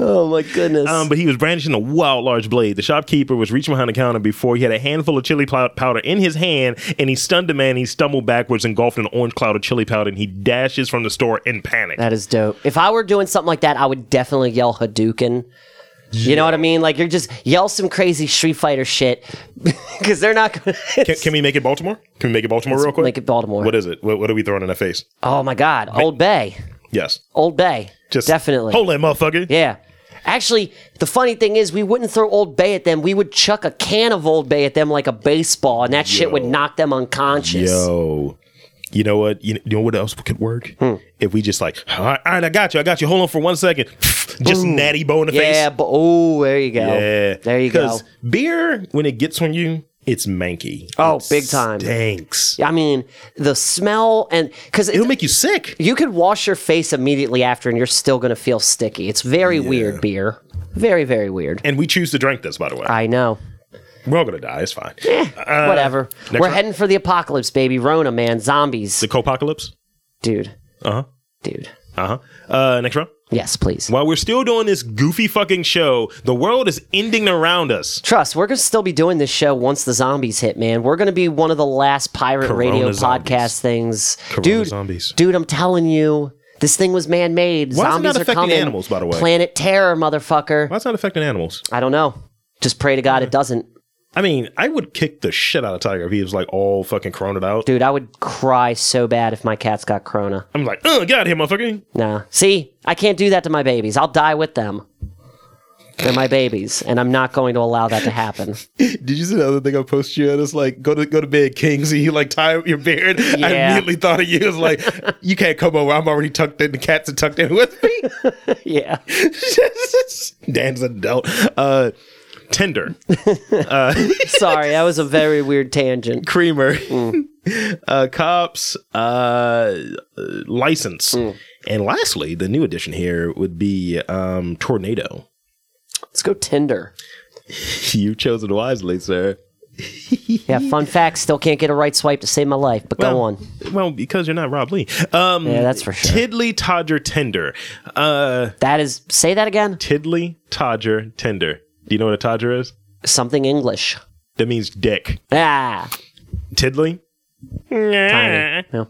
Oh my goodness. Um, but he was brandishing a wild, large blade. The shopkeeper was reaching behind the counter before he had a handful of chili pow- powder in his hand, and he stunned the man. He stumbled backwards, engulfed in an orange cloud of chili powder, and he dashes from the store in panic. that is dope. If I were doing something like that, I would definitely yell Hadouken. You know what I mean? Like you're just yell some crazy Street Fighter shit because they're not. Gonna, can, can we make it Baltimore? Can we make it Baltimore real quick? make it Baltimore. What is it? What, what are we throwing in their face? oh my God, Old Bay, Yes, Old Bay, just definitely. hold that motherfucker. Yeah. Actually, the funny thing is, we wouldn't throw Old Bay at them. We would chuck a can of Old Bay at them like a baseball, and that shit would Yo. knock them unconscious. Yo. You know what? You know, you know what else could work? Hmm. If we just like, all right, all right, I got you, I got you. Hold on for one second. Just natty bow in the face. Yeah, but oh, there you go. Yeah. There you go. Because beer, Eh, when it gets on you, It's manky. Oh, It big time. Stinks. I mean, the smell and because It'll make you sick. you could wash your face immediately after and you're still going to feel sticky. It's very weird beer. Very, very weird. And we choose to drink this, by the way. I know. We're all gonna die. It's fine. Uh, Whatever. We're round. heading for the apocalypse, baby. Rona, man. Zombies. The copocalypse. dude. Uh-huh. Dude. Uh-huh. Uh Next round. Yes, please. While we're still doing this goofy fucking show, the world is ending around us. Trust, we're going to still be doing this show once the zombies hit, man. We're going to be one of the last pirate Corona radio zombies. podcast things. Corona dude, zombies. dude, I'm telling you, this thing was man made. Why is it Zombies not are affecting coming. animals, by the way? Planet Terror, motherfucker. Why is not affecting animals? I don't know. Just pray to God it doesn't. I mean, I would kick the shit out of Tiger if he was like all fucking croned out. Dude, I would cry so bad if my cat's got corona. I'm like, oh, get out of here, motherfucker. Nah. See, I can't do that to my babies. I'll die with them. They're my babies, and I'm not going to allow that to happen. Did you see the other thing I posted you? And it's like, go to go to bed, Kings, and you like tie up your beard. I Yeah. immediately thought of you. It's like, you can't come over. I'm already tucked in. The cats are tucked in with me. yeah. Dan's an adult. Uh, Tinder, Sorry, that was a very weird tangent. Creamer, Mm. uh, Cops, uh, License. Mm. And lastly, the new addition here would be um, Tornado. Let's go Tinder. You've chosen wisely, sir. Yeah, fun fact, still can't get a right swipe to save my life, but go on. Well, because you're not Rob Lee. Um, Yeah, that's for sure. Tiddly Todger Tinder. Uh, That is, say that again. Tiddly Todger Tinder. Do you know what a Todger is? Something English. That means dick. Ah, Tiddly? Eh. tiny. Yeah.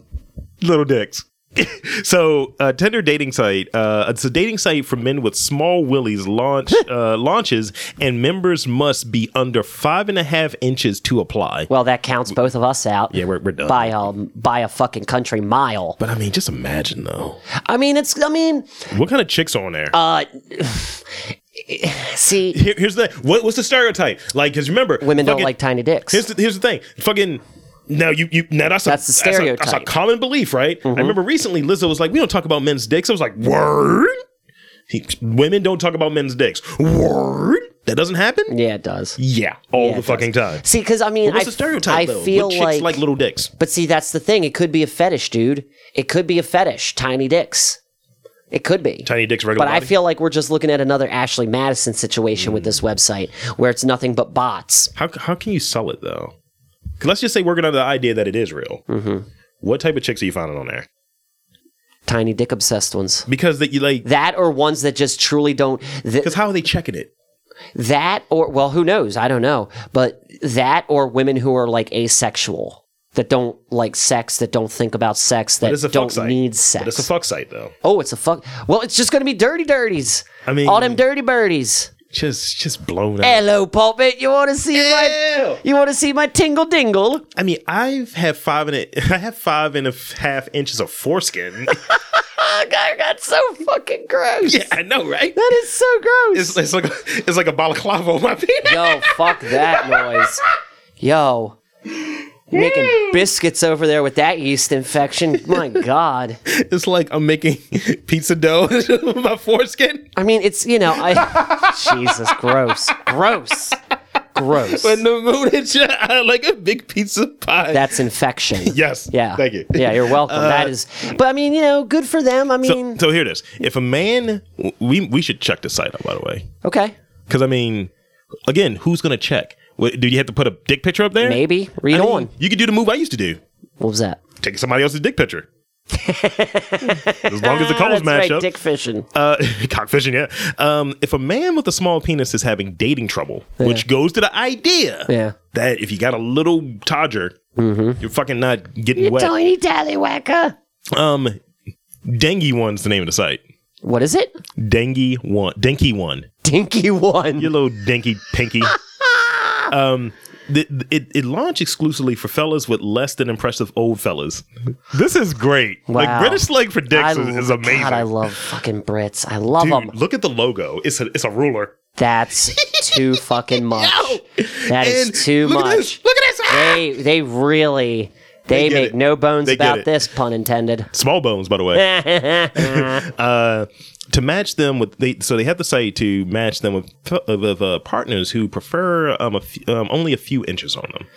Little dicks. so, uh, Tinder dating site. Uh, it's a dating site for men with small willies. Launch uh, launches, and members must be under five and a half inches to apply. Well, that counts both of us out. Yeah, we're- we're done. By a, by a fucking country mile. But I mean, just imagine though. I mean, it's, I mean, What kind of chicks are on there? uh, see, Here- here's the what, what's the stereotype like? Because remember, women don't fucking- like tiny dicks. Here's the, here's the thing. Fucking now you you now that's a, That's the a- That's a, stereotype. Mm-hmm. common belief, right? I remember recently Lizzo was like, "We don't talk about men's dicks." I was like, "Word." He- women don't talk about men's dicks. Word. That doesn't happen. yeah, it does. Yeah, all it the fucking time. See, because I mean, What's I, the stereotype I though? feel What chicks like, like, little dicks. but see, that's the thing. It could be a fetish, dude. It could be a fetish. Tiny dicks. It could be. Tiny dicks, regular. But I body. feel like we're just looking at another Ashley Madison situation with Hmm. this website where it's nothing but bots. how how can you sell it though? 'Cause let's just say working under the idea that it is real. Mm-hmm. What type of chicks are you finding on there? Tiny dick obsessed ones. Because that you like. That or ones that just truly don't. Th- Because how are they checking it? that or, well, who knows? I don't know. But that or women who are like asexual, that don't like sex, that don't think about sex, that it's a fuck don't site. need But it's sex. a fuck site though. oh, it's a fuck. Well, it's just going to be dirty dirties. I mean- all them dirty birdies. Just just blown out. Hello, pulpit. You want to see my? You want to see my tingle dingle? I mean, I've had five and a, I have five and a f- half inches of foreskin. Oh, God, that's so fucking gross. yeah, I know, right? That is so gross. It's, it's like a, it's like a balaclava on my penis. Yo, fuck that noise. Yo. Making biscuits over there with that yeast infection. My God. It's like I'm making pizza dough with my foreskin. I mean, it's, you know, I. Jesus, gross. Gross. Gross. When the moon hits you, I like a big pizza pie. That's infection. yes. Yeah. Thank you. Uh, Yeah, you're welcome. that is. But I mean, you know, good for them. I So, mean, so here it is. If a man, we we should check this site out by the way, okay. because I mean, again, who's gonna check? What, do you have to put a dick picture up there? Maybe. Read I mean, on. You could do the move I used to do. What was that? Take somebody else's dick picture. as long as the Ah, colors that's match right, up. dick fishing. Uh, cockfishing, yeah. Um, if a man with a small penis is having dating trouble, which goes to the idea Yeah. Mm-hmm. that if you got a little todger, you're fucking not getting wet. Tiny tallywhacker. um, Dengue One's the name of the site. What is it? Dengue One, Dengue One, Dinky one. your little dinky pinky. um, th- th- it it launched exclusively for fellas with less than impressive old fellas. This is great. Like Wow. British slang for dicks I is, is lo- amazing. God, I love fucking Brits. I love them. Dude, look at the logo. It's a it's a ruler. That's too fucking much. That is And too look At much. this, look at this. Ah! They they really They, get make it. no bones They get about it. this, pun intended. Small bones, by the way. uh, to match them with they so they have the site to match them with uh, with, uh, partners who prefer um, a f- um, only a few inches on them.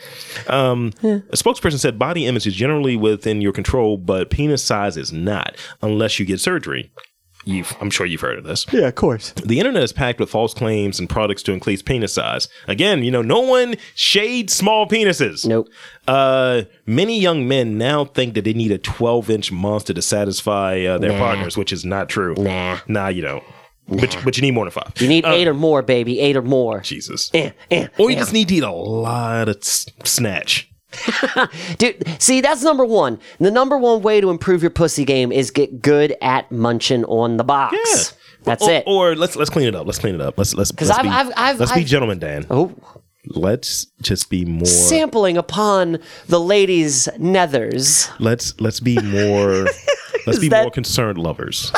Um, A spokesperson said body image is generally within your control, but penis size is not unless you get surgery. You've, I'm sure you've heard of this. Yeah, of course. The internet is packed with false claims and products to increase penis size. Again, you know, no one shades small penises. Nope. Uh, many young men now think that they need a 12 inch monster to satisfy uh, their partners, which is not true. Nah. Nah, you don't. But, but you need more than five. You need eight or more, baby. Eight or more. Jesus. Eh, eh, Or you eh. just need to eat a lot of s- snatch. Dude, see, that's number one. The number one way to improve your pussy game is get good at munching on the box. That's or, it. Or let's let's clean it up. Let's clean it up. Let's let's let's, I've- be, I've- I've- let's be I've- gentlemen, Dan. oh, Let's just be more. sampling upon the ladies' nethers. let's let's be more let's be that- more concerned lovers.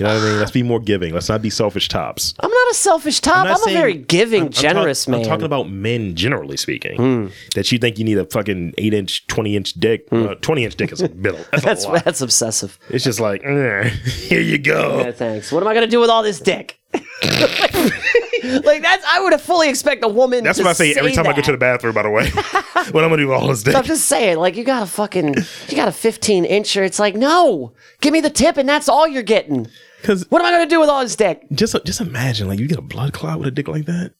you know what I mean? Let's be more giving. Let's not be selfish tops. I'm not a selfish top. I'm, not a saying- very giving, I'm- I'm talk- generous man. Hmm. I'm talking about men generally speaking. That you think you need a fucking eight inch, twenty inch dick. Uh, twenty inch dick is a middle. That's, that's a lot. that's obsessive. It's just like "Eh, here you go. No thanks. What am I gonna do with all this dick? like that's I would have fully expect a woman. That's to what I say every time I go that. to the bathroom. By the way, what I'm gonna do with all this dick? I'm just saying, like you got a fucking, you got a 15 incher. It's like, no, give me the tip, and that's all you're getting. 'Cause- what am I gonna do with all this dick? Just just imagine like you get a blood clot with a dick like that.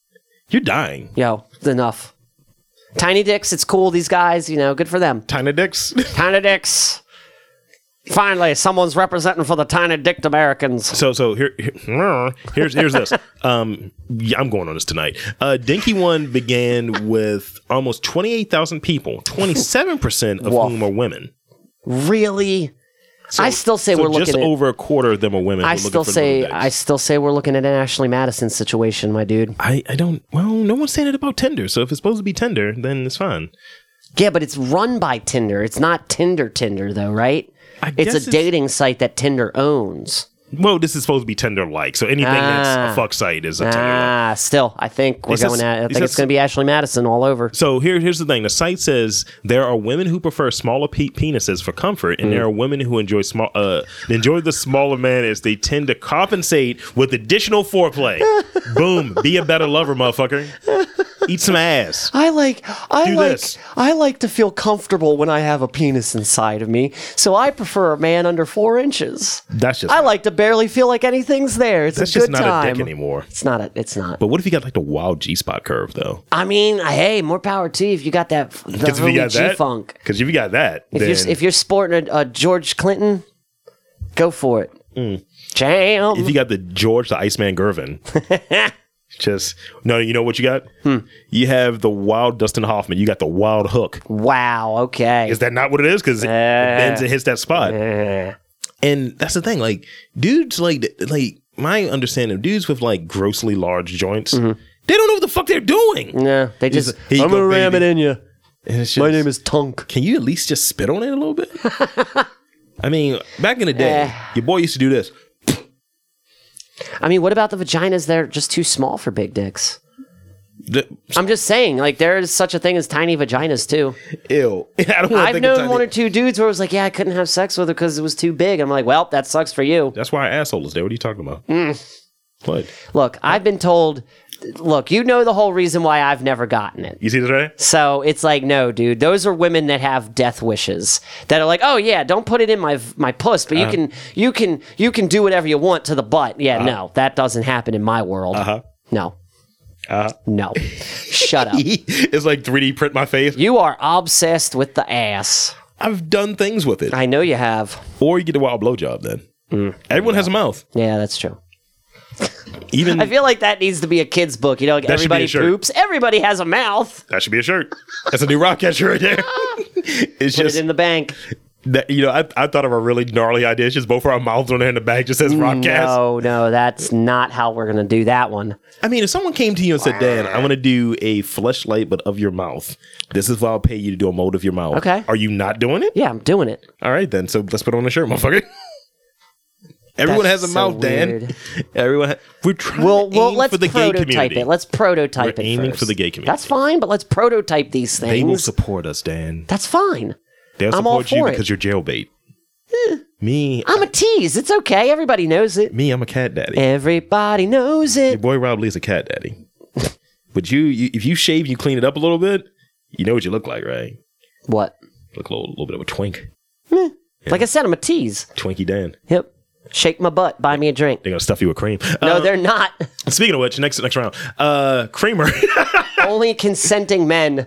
You're dying. Yo, enough. Tiny dicks, it's cool. These guys, you know, good for them. Tiny dicks. Tiny dicks. Finally, someone's representing for the tiny dicked Americans. So so here, here- here's here's this. Um, yeah, I'm going on this tonight. Uh, Dinky One began with almost 28,000 people, 27 percent of Wow. whom are women. Really? So- I still say so we're just looking at- over a quarter of them are women. who I are looking still for say, little I dicks. still say we're looking at an Ashley Madison situation, my dude. I I don't. Well, no one's saying it about Tinder. So if it's supposed to be Tinder, then it's fine. Yeah, but it's run by Tinder. It's not Tinder Tinder though, right? I it's guess a it's- dating site that Tinder owns. Well, this is supposed to be Tinder like. So anything that's Ah. a fuck site is a Tinder. like. Ah, still, I think we're Is this- going at. I is think it's this- going to be Ashley Madison all over. So here, here's the thing: the site says there are women who prefer smaller pe- penises for comfort, and Hmm. there are women who enjoy small uh, enjoy the smaller man as they tend to compensate with additional foreplay. Boom! Be a better lover, motherfucker. Eat some ass. I like I Do like this. I like to feel comfortable when I have a penis inside of me, so I prefer a man under four inches. That's just I like to barely feel like anything's there. It's that's a just good not time. a dick anymore. It's not a. It's not. But what if you got like the wild G spot curve though? I mean, hey, more power to you if you got that the if you homie got G that, funk. because if you got that, If then you're if you're sporting a, a George Clinton, go for it. Mm. Jam. if you got the George the Iceman Gervin. Just no, you know what you got? Hmm. You have the wild Dustin Hoffman. You got the wild hook. wow. Okay. Is that not what it is? Because it bends and hits that spot. And that's the thing. Like dudes, like th- like my understanding of dudes with like grossly large joints, Mm-hmm. they don't know what the fuck they're doing. No, they He's just. a- he I'm go, gonna ram it baby. in you. And it's Mm. My just- name is Tunk. Can you at least just spit on it a little bit? I mean, back in the day, Eh. your boy used to do this. I mean, what about the vaginas? They're just too small for big dicks. The, I'm just saying, like there is such a thing as tiny vaginas too. ew. I don't want to I've think of known time one to- or two dudes where it was like, yeah, I couldn't have sex with her because it was too big. I'm like, well, that sucks for you. That's why our asshole is there. What are you talking about? Mm. What? Look, I've been told. Look, you know the whole reason why I've never gotten it. You see this right? So it's like, no, dude, those are women that have death wishes that are like, oh yeah, don't put it in my my puss, but you Uh-huh. can you can you can do whatever you want to the butt. Yeah, no, that doesn't happen in my world. Uh-huh. No, Uh-huh. no, shut up. it's like 3D print my face. You are obsessed with the ass. I've done things with it. I Mm. know you have. or you get a wild blowjob then. Everyone has a mouth. Yeah, that's true. Even I feel like that needs to be a kid's book. You know, like That should be everybody a shirt. poops, everybody has a mouth. that should be a shirt. That's a new rock catcher right there. it's Put just it in the bank. that you know, I, I thought of a really gnarly idea. It's just both our mouths on there in the back just says rock cast. Mm, No, no, that's not how we're gonna do that one. I mean, if someone came to you and said, Dan, I want to do a fleshlight but of your mouth. This is what I'll pay you to do a mold of your mouth. Okay. Are you not doing it? Yeah, I'm doing it. All right then. So let's put on a shirt, motherfucker. Everyone That's has a so mouth, Dan. weird. Everyone. Ha- we're trying Well, to well, aim let's for the gay prototype community. it. Let's prototype We're it. aiming first. for the gay community. That's fine, but let's prototype these things. they will support us, Dan. That's fine. They'll I'm all support you for it. Eh. because you're jailbait. me, I'm a tease. It's okay. Everybody knows it. me, I'm a cat daddy. Eh. Everybody knows Your it. boy Rob Lee's a cat daddy. but you, you, if you shave, and you clean it up a little bit. You know what you look like, right? What? Look a little, little bit of a twink, Like I said, I'm a tease. twinky Dan. Yep. Shake my butt. Buy me a drink. They're gonna stuff you with cream. No, Um, they're not. speaking of which, next next round, uh, Kramer, Only consenting men.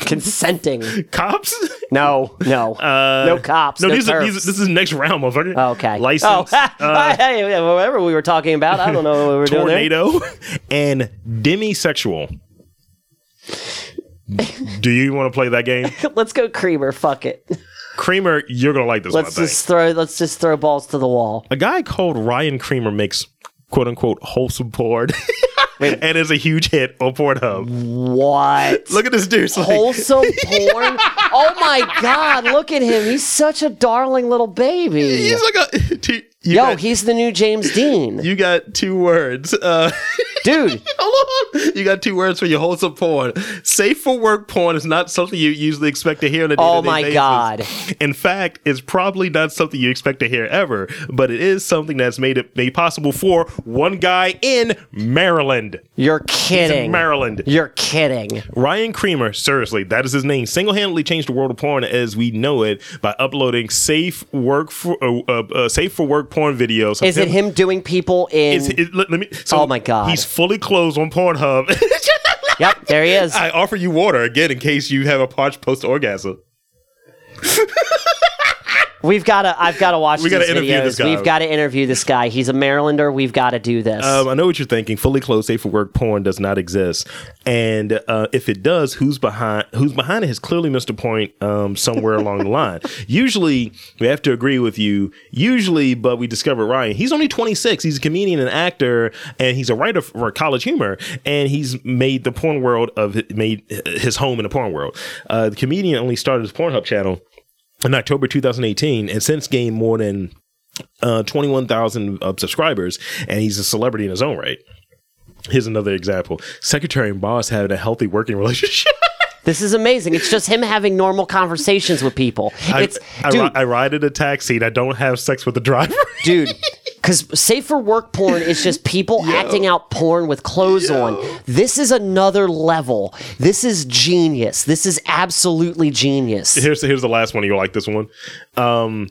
consenting. cops. No, no. Uh, no cops. No, No, these are these. turfs. This is next round, motherfucker. Okay. License. Oh, uh, hey, yeah, whatever we were talking about. I don't know what we were doing there. tornado and demisexual. Do you want to play that game, Let's go creamer. Fuck it. Kramer? You're gonna like this Let's one. I think. just throw. Let's just throw balls to the wall. a guy called Ryan Kramer makes quote unquote wholesome porn and is a huge hit on Pornhub. What? Look at this dude. It's like, wholesome porn. Oh my god! Look at him. He's such a darling little baby. he's like a. Two, you Yo, got, he's the new James Dean, You got two words. Uh, dude. hold on. You got two words for your wholesome porn. Safe for work porn is not something you usually expect to hear on a day Oh my god. In fact, it's probably not something you expect to hear ever, but it is something that's made it made possible for one guy in Maryland. You're kidding. Maryland. You're kidding. Ryan Creamer, seriously, that is his name, single handedly changed the world of porn as we know it by uploading safe work for uh, uh, uh, safe for work porn videos. of Is it him doing people in? Is, is- let, let me, so Oh my God. He's fully clothed on Pornhub. yep, there he is. I offer you water again in case you have a parched post orgasm. We've got to. I've got to watch. We got gotta to interview this guy. We've got to interview this guy. He's a Marylander. We've got to do this. Um, I know what you're thinking. Fully clothed, safe for work porn does not exist, and uh, if it does, who's behind? Who's behind it has clearly missed a point um, somewhere along the line. Usually, we have to agree with you. Usually, but we discover Ryan. He's only 26. He's a comedian and actor, and he's a writer for College Humor, and he's made the porn world of made his home in the porn world. Uh, the comedian only started his Pornhub channel in October 2018, and since gained more than uh, 21,000 uh, subscribers, and he's a celebrity in his own right. Here's another example. Secretary and boss having a healthy working relationship. this is amazing. It's just him having normal conversations with people. I, It's I, ri- dude, I ride in a taxi and I don't have sex with the driver. dude. Because safer work porn is just people acting out porn with clothes on. This is another level. This is genius. This is absolutely genius. here's, here's the last one. You'll like this one. Um,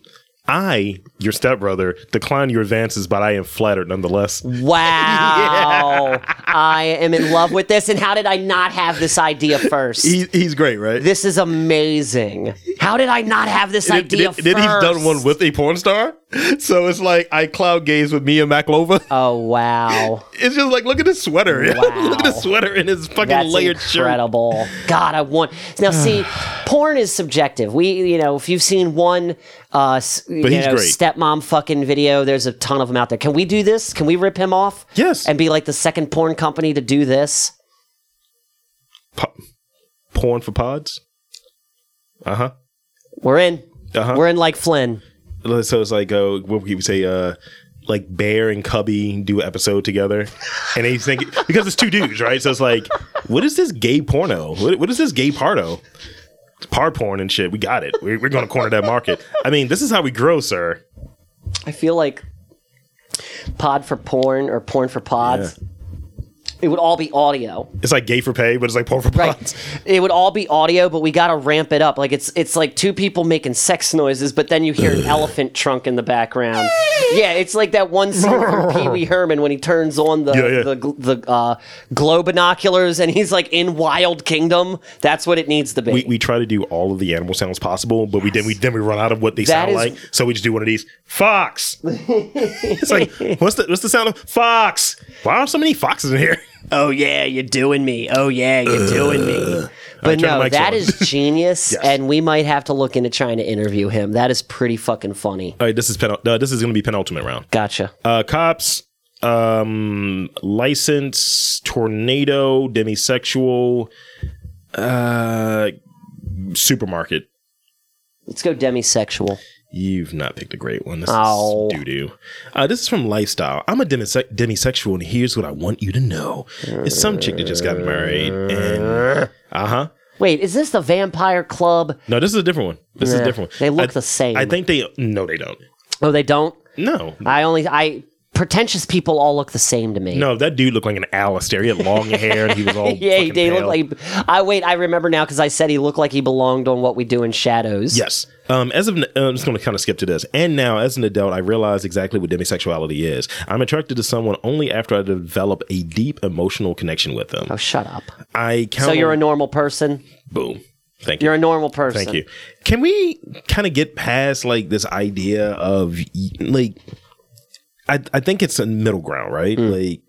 I, your stepbrother, decline your advances, but I am flattered nonetheless. Wow. I am in love with this. And how did I not have this idea first? He, he's great, right? this is amazing. How did I not have this And then- idea then, then he's done first? one with a porn star. So it's like I cloud gaze with Mia Maklova. Oh, wow. It's just like, look at his sweater. look at his sweater and his fucking That's layered shirt. incredible. God, I want. Now, see, porn is subjective. We, you know, if you've seen one uh, s- you he's know, great. stepmom fucking video, there's a ton of them out there. Can we do this? Can we rip him off? Yes. And be like the second porn company to do this? po- porn for pods. Uh huh. We're in. Uh-huh. We're in like Flynn. So it's like uh, what we would say, uh, like Bear and Cubby do an episode together, and they think because it's two dudes, right? So it's like, what is this gay porno? What, what is this gay pardo? It's Par porn and shit. We got it. We're, we're going to corner that market. I mean, this is how we grow, sir. I feel like pod for porn or porn for pods. It would all be audio, It's like gay for pay, but it's like porn for right? pods. It would all be audio, but we gotta ramp it up. Like it's it's like two people making sex noises, but then you hear an elephant trunk in the background. Yeah, it's like that one scene from Pee Wee Herman when he turns on the Yeah, yeah. the gl- the uh, glow binoculars and he's like in Wild Kingdom. That's what it needs to be. We, we try to do all of the animal sounds possible, but we then we then we run out of what they That sound is- like, so we just do one of these fox. it's like what's the what's the sound of fox? Why are so many foxes in here? oh yeah, you're doing me. Oh yeah, you're doing me. turn But the no, mics on. that is genius, Yes. and we might have to look into trying to interview him. That is pretty fucking funny. All right, this is pen, uh, this is going to be penultimate round. Gotcha. Uh, cops, um, license, tornado, demisexual, uh, supermarket. Let's go demisexual. You've not picked a great one. This Oh. is doo doo. Uh, this is from Lifestyle. I'm a demose- demisexual, and here's what I want you to know. It's some chick that just got married, and uh huh. Wait, is this the Vampire Club? No, this is a different one. This is a Yeah, different one. they look I- the same. I think they. No, they don't. Oh, they don't. No, I only I pretentious people all look the same to me. no. That dude looked like an Alistair. He had long hair, and he was all. Yeah, fucking they pale. look like. I wait. I remember now because I said he looked like he belonged on what we do in shadows. Yes. Um, as of, n- I'm just going to kind of skip to this. And now, as an adult, I realize exactly what demisexuality is. I'm attracted to someone only after I develop a deep emotional connection with them. Oh, shut up. I count. So you're a on- normal person. boom. Thank you. You're a normal person. Thank you. Can we kind of get past like this idea of y- like I, I think it's a middle ground, right? Like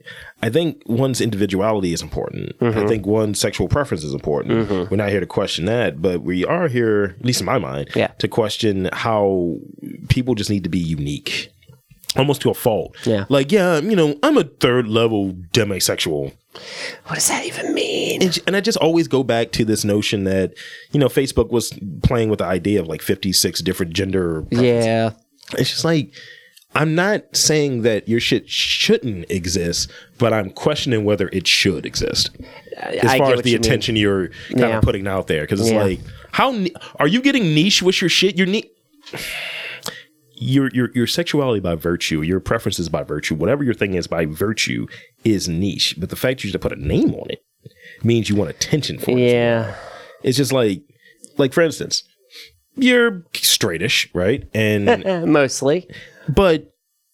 I think one's individuality is important. I think one's sexual preference is important. We're not here to question that, but we are here, at least in my mind, Yeah. to question how people just need to be unique. Almost to a fault. Yeah. Like, yeah, you know, I'm a third level demisexual. What does that even mean? And, and I just always go back to this notion that, you know, Facebook was playing with the idea of like 56 different gender. Yeah. It's just like, I'm not saying that your shit shouldn't exist, but I'm questioning whether it should exist. As I far get as what the you mean. attention you're kind Yeah. of putting out there. Cause it's Yeah. like, how ni- are you getting niche with your shit? Your ni- Your, your your sexuality by virtue, your preferences by virtue, whatever your thing is by virtue is niche. But the fact you just put a name on it means you want attention for it. Yeah. It's just like, like for instance, you're straightish, right? And Eh, mostly. but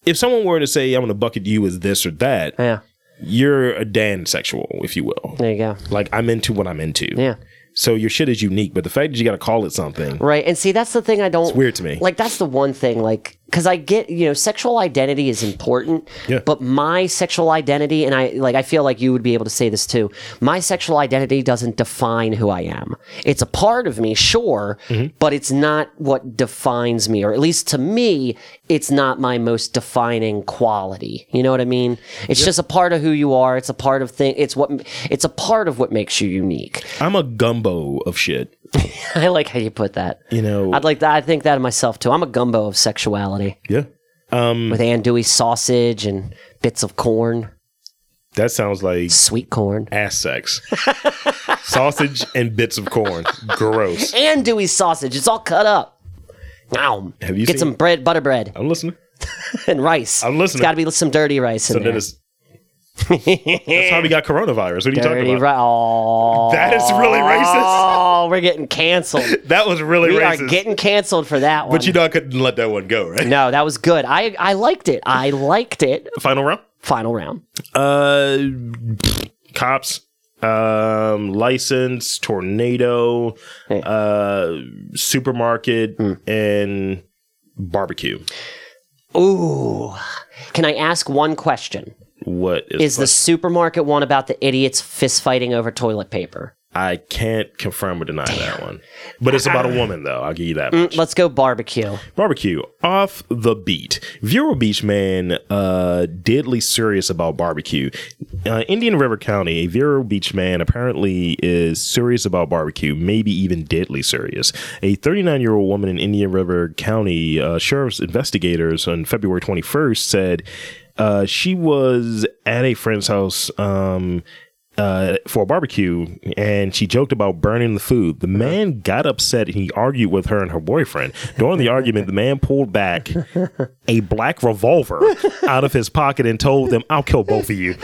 if someone were to say, "I'm going to bucket you as this or that," Yeah. you're a dan sexual, if you will. There you go. Like I'm into what I'm into. Yeah. So your shit is unique, but the fact that you got to call it something, Right. And see, that's the thing I don't. It's weird to me. Like, that's the one thing, like, because I get, you know, sexual identity is important. Yeah. But my sexual identity, and I, like, I feel like you would be able to say this too. My sexual identity doesn't define who I am. It's a part of me, sure, Mm-hmm. but it's not what defines me, or at least to me, it's not my most defining quality. You know what I mean? It's just a part of who you are. It's a part of thing. It's what, it's a part of what makes you unique. I'm a gumbo of shit. I like how you put that. You know? I'd like that. I think that of myself too. I'm a gumbo of sexuality yeah. Mm. with andouille sausage and bits of corn, That sounds like sweet corn. ass sex, sausage and bits of corn. Gross. Andouille sausage. It's all cut up. Now, Have you get seen- some bread, butter bread, I'm listening. and rice. I'm listening. It's got to be some dirty rice in So that there. is. That's how we got coronavirus. What are you dirty talking about? rice. Oh, That is really racist. Oh, we're getting canceled. That was really we racist. are getting canceled for that one. but you know, I couldn't let that one go, right? no, that was good. I I liked it. I liked it. Final round. Final round. Uh, cops, um, license, tornado, Hey. uh, supermarket, and barbecue. Ooh. Can I ask one question? What is, is the supermarket one about the idiots fist fighting over toilet paper? I can't confirm or deny that one, but it's about a woman though. I'll give you that. much. Let's go barbecue. Barbecue off the beat. Vero Beach man, uh, deadly serious about barbecue. Uh, Indian River County, a Vero Beach man apparently is serious about barbecue, maybe even deadly serious. A 39 year old woman in Indian River County, uh, sheriff's investigators on February 21st said uh, she was at a friend's house. Um, uh, for a barbecue and she joked about burning the food. The man got upset and he argued with her and her boyfriend. During the argument, the man pulled back a black revolver out of his pocket and told them, I'll kill both of you.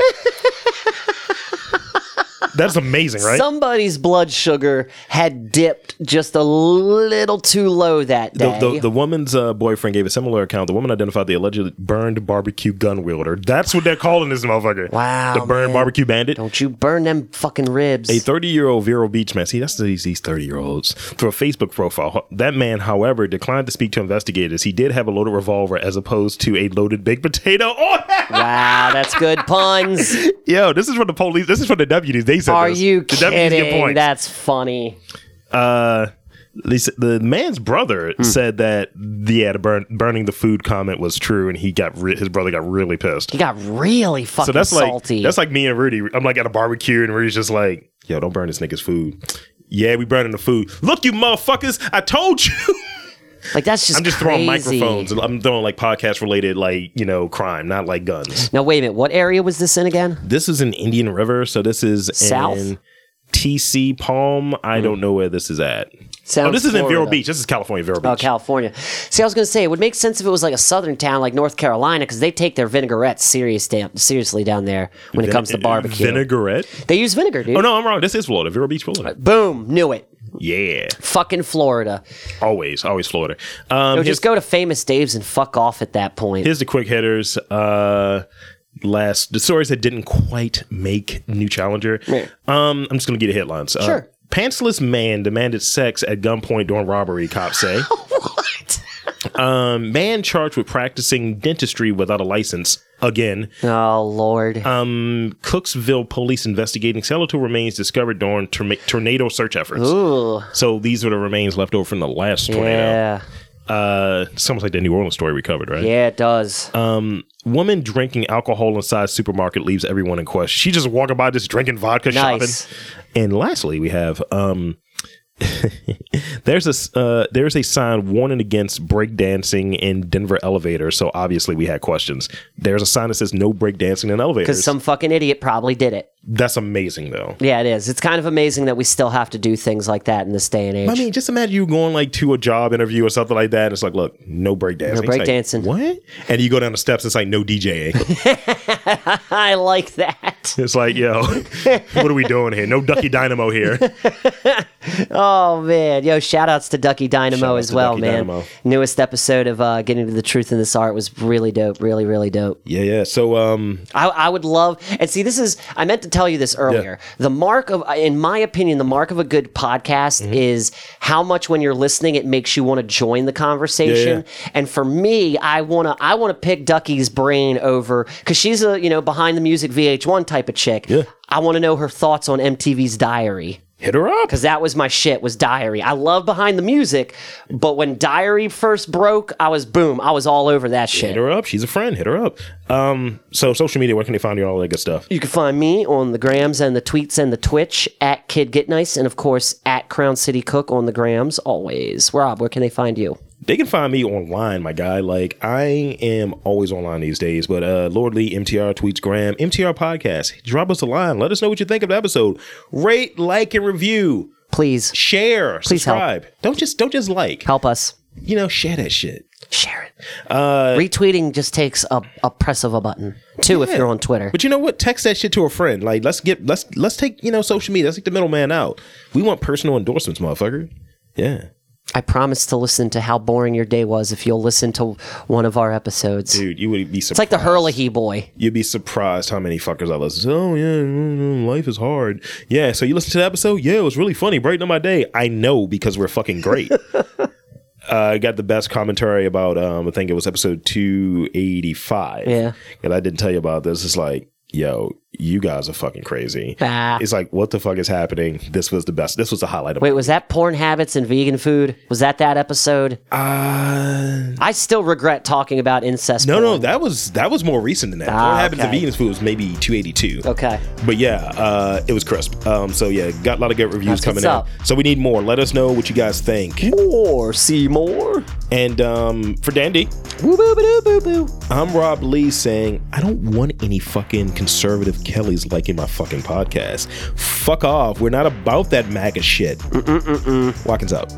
That's amazing, right? Somebody's blood sugar had dipped just a little too low that day. the, the, the woman's uh, boyfriend gave a similar account. The woman identified the alleged burned barbecue gun wielder. That's what they're calling this motherfucker. Wow, The burned man. barbecue bandit. Don't you burn them fucking ribs. A 30 year old Vero Beach man, see, that's these 30 year olds, through a Facebook profile. That man, however, declined to speak to investigators. He did have a loaded revolver as opposed to a loaded baked potato. Oh, wow, Ah, that's good puns. yo, this is from the police. This is from the deputies. They said, Are this. you the deputies get kidding? points. That's funny. Uh, they said- the man's brother Hmm. said that yeah, the burn, burning the food comment was true, and he got re- his brother got really pissed. He got really fucking so that's salty. like that's like me and Rudy. I'm like at a barbecue and Rudy's just like, "Yo, don't burn this nigga's food." Yeah, we burning the food. Look, you motherfuckers! I told you. Like that's just I'm just crazy. throwing microphones. I'm throwing like podcast related, like you know, crime, not like guns. Now wait a minute, what area was this in again? This is in Indian River, so this is South? in TC Palm. I don't know where this is at. Sounds oh, this is in Vero Florida. Beach. This is California Vero Beach. Oh, California. See, I was going to say it would make sense if it was like a southern town, like North Carolina, because they take their vinaigrettes serious down, seriously down there when it Vin- comes to barbecue. uh, vinaigrette. they use vinegar, dude. Oh no, I'm wrong. This is Florida, Vero Beach, Uh, Florida. Boom, knew it. Yeah, Fucking Florida. always, always Florida. Um, Yo, here's, just go to Famous Dave's and fuck off at that point. here's the quick hitters. Uh, last the stories that didn't quite make New Challenger. Right. Um, I'm just gonna get a headlines. Uh, Sure. Pantsless man demanded sex at gunpoint during robbery. Cops say. what? Um, man charged with practicing dentistry without a license again. Oh Lord. Um, Cooksville police investigating skeletal remains discovered during torma- tornado search efforts. Ooh. So these were the remains left over from the last tornado. Yeah. Uh, it's almost like the New Orleans story we covered, right? Yeah, it does. Woman drinking alcohol inside supermarket leaves everyone in question. She just walking by, just drinking vodka, Nice. shopping. And lastly, we have um, there's a s- uh, there's a sign warning against breakdancing in Denver elevators. So obviously, we had questions. There's a sign that says no breakdancing in Because elevators. some fucking idiot probably did it. That's amazing, though. Yeah, it is. It's kind of amazing that we still have to do things like that in this day and age. I mean, just imagine you going like to a job interview or something like that. And it's like, look, no breakdancing. It's No like, breakdancing. what? And you go down the steps. It's like no DJing. I like that. it's like, yo, what are we doing here? No Ducky Dynamo here. Oh man, yo! Shout outs to Ducky Dynamo Shout outs as to well, Ducky man. Dynamo. Newest episode of uh, Getting to the Truth in This Art was really dope, really, really dope. Yeah, yeah. So, um, I, I would love and see this is I meant to tell you this earlier. The mark of in my opinion, the mark of a good podcast Mm-hmm. is how much when you're listening it makes you want to join the conversation. And for me, I wanna I wanna pick Ducky's brain over because she's a you know behind the music VH1 type of chick. Yeah. I want to know her thoughts on MTV's Diary hit her up. because that was my shit was diary i love behind the music but when diary first broke i was boom i was all over that Hit shit her up. She's a friend. Hit her up. Um, so social media, where can they find you? All that good stuff. you can find me on the grams and the tweets and the twitch at kid get nice and of course at crown city cook on the grams always rob where can they find you They can find me online, my guy. Like I am always online these days. But uh, Lord Lee, MTR tweets Graham, MTR podcast. Drop us a line. Let us know what you think of the episode. Rate, like, and review. please Share, help. subscribe. Don't just don't just like. help us You know, share that shit. share it Uh, retweeting just takes a, a press of a button too if Yeah. you're on twitter But you know what? Text that shit to a friend. Like let's get let's let's take you know social media. Let's take the middleman out. We want personal endorsements, motherfucker. Yeah. i promise to listen to how boring your day was if you'll listen to one of our episodes Dude, you would be surprised. it's like the hurley boy you'd be surprised how many fuckers I listen to. Oh yeah, mm, mm, life is hard. Yeah, so you listen to the episode. Yeah, it was really funny, brightened up my day. I know because we're fucking great. Uh, I got the best commentary about um, I think it was episode two eighty five. Yeah. and I didn't tell you about this. It's like, yo, you guys are fucking crazy. Ah. It's like, what the fuck is happening? This was the best. This was the highlight of Wait, was that porn habits and vegan food? Was that that episode? Uh, I still regret talking about incest. no, no, porn. that was that was more recent than that. Ah, what happens okay. to Venus food was maybe two eighty two. Okay. But yeah, uh, it was crisp. Um, so yeah, got a lot of good reviews That's coming what's out. So we need more. Let us know what you guys think. More, see more. And um, for Dandy, Woo boo boo boo boo. I'm Rob Lee saying I don't want any fucking conservative Kellys liking my fucking podcast. Fuck off. We're not about that MAGA shit. Watkins out.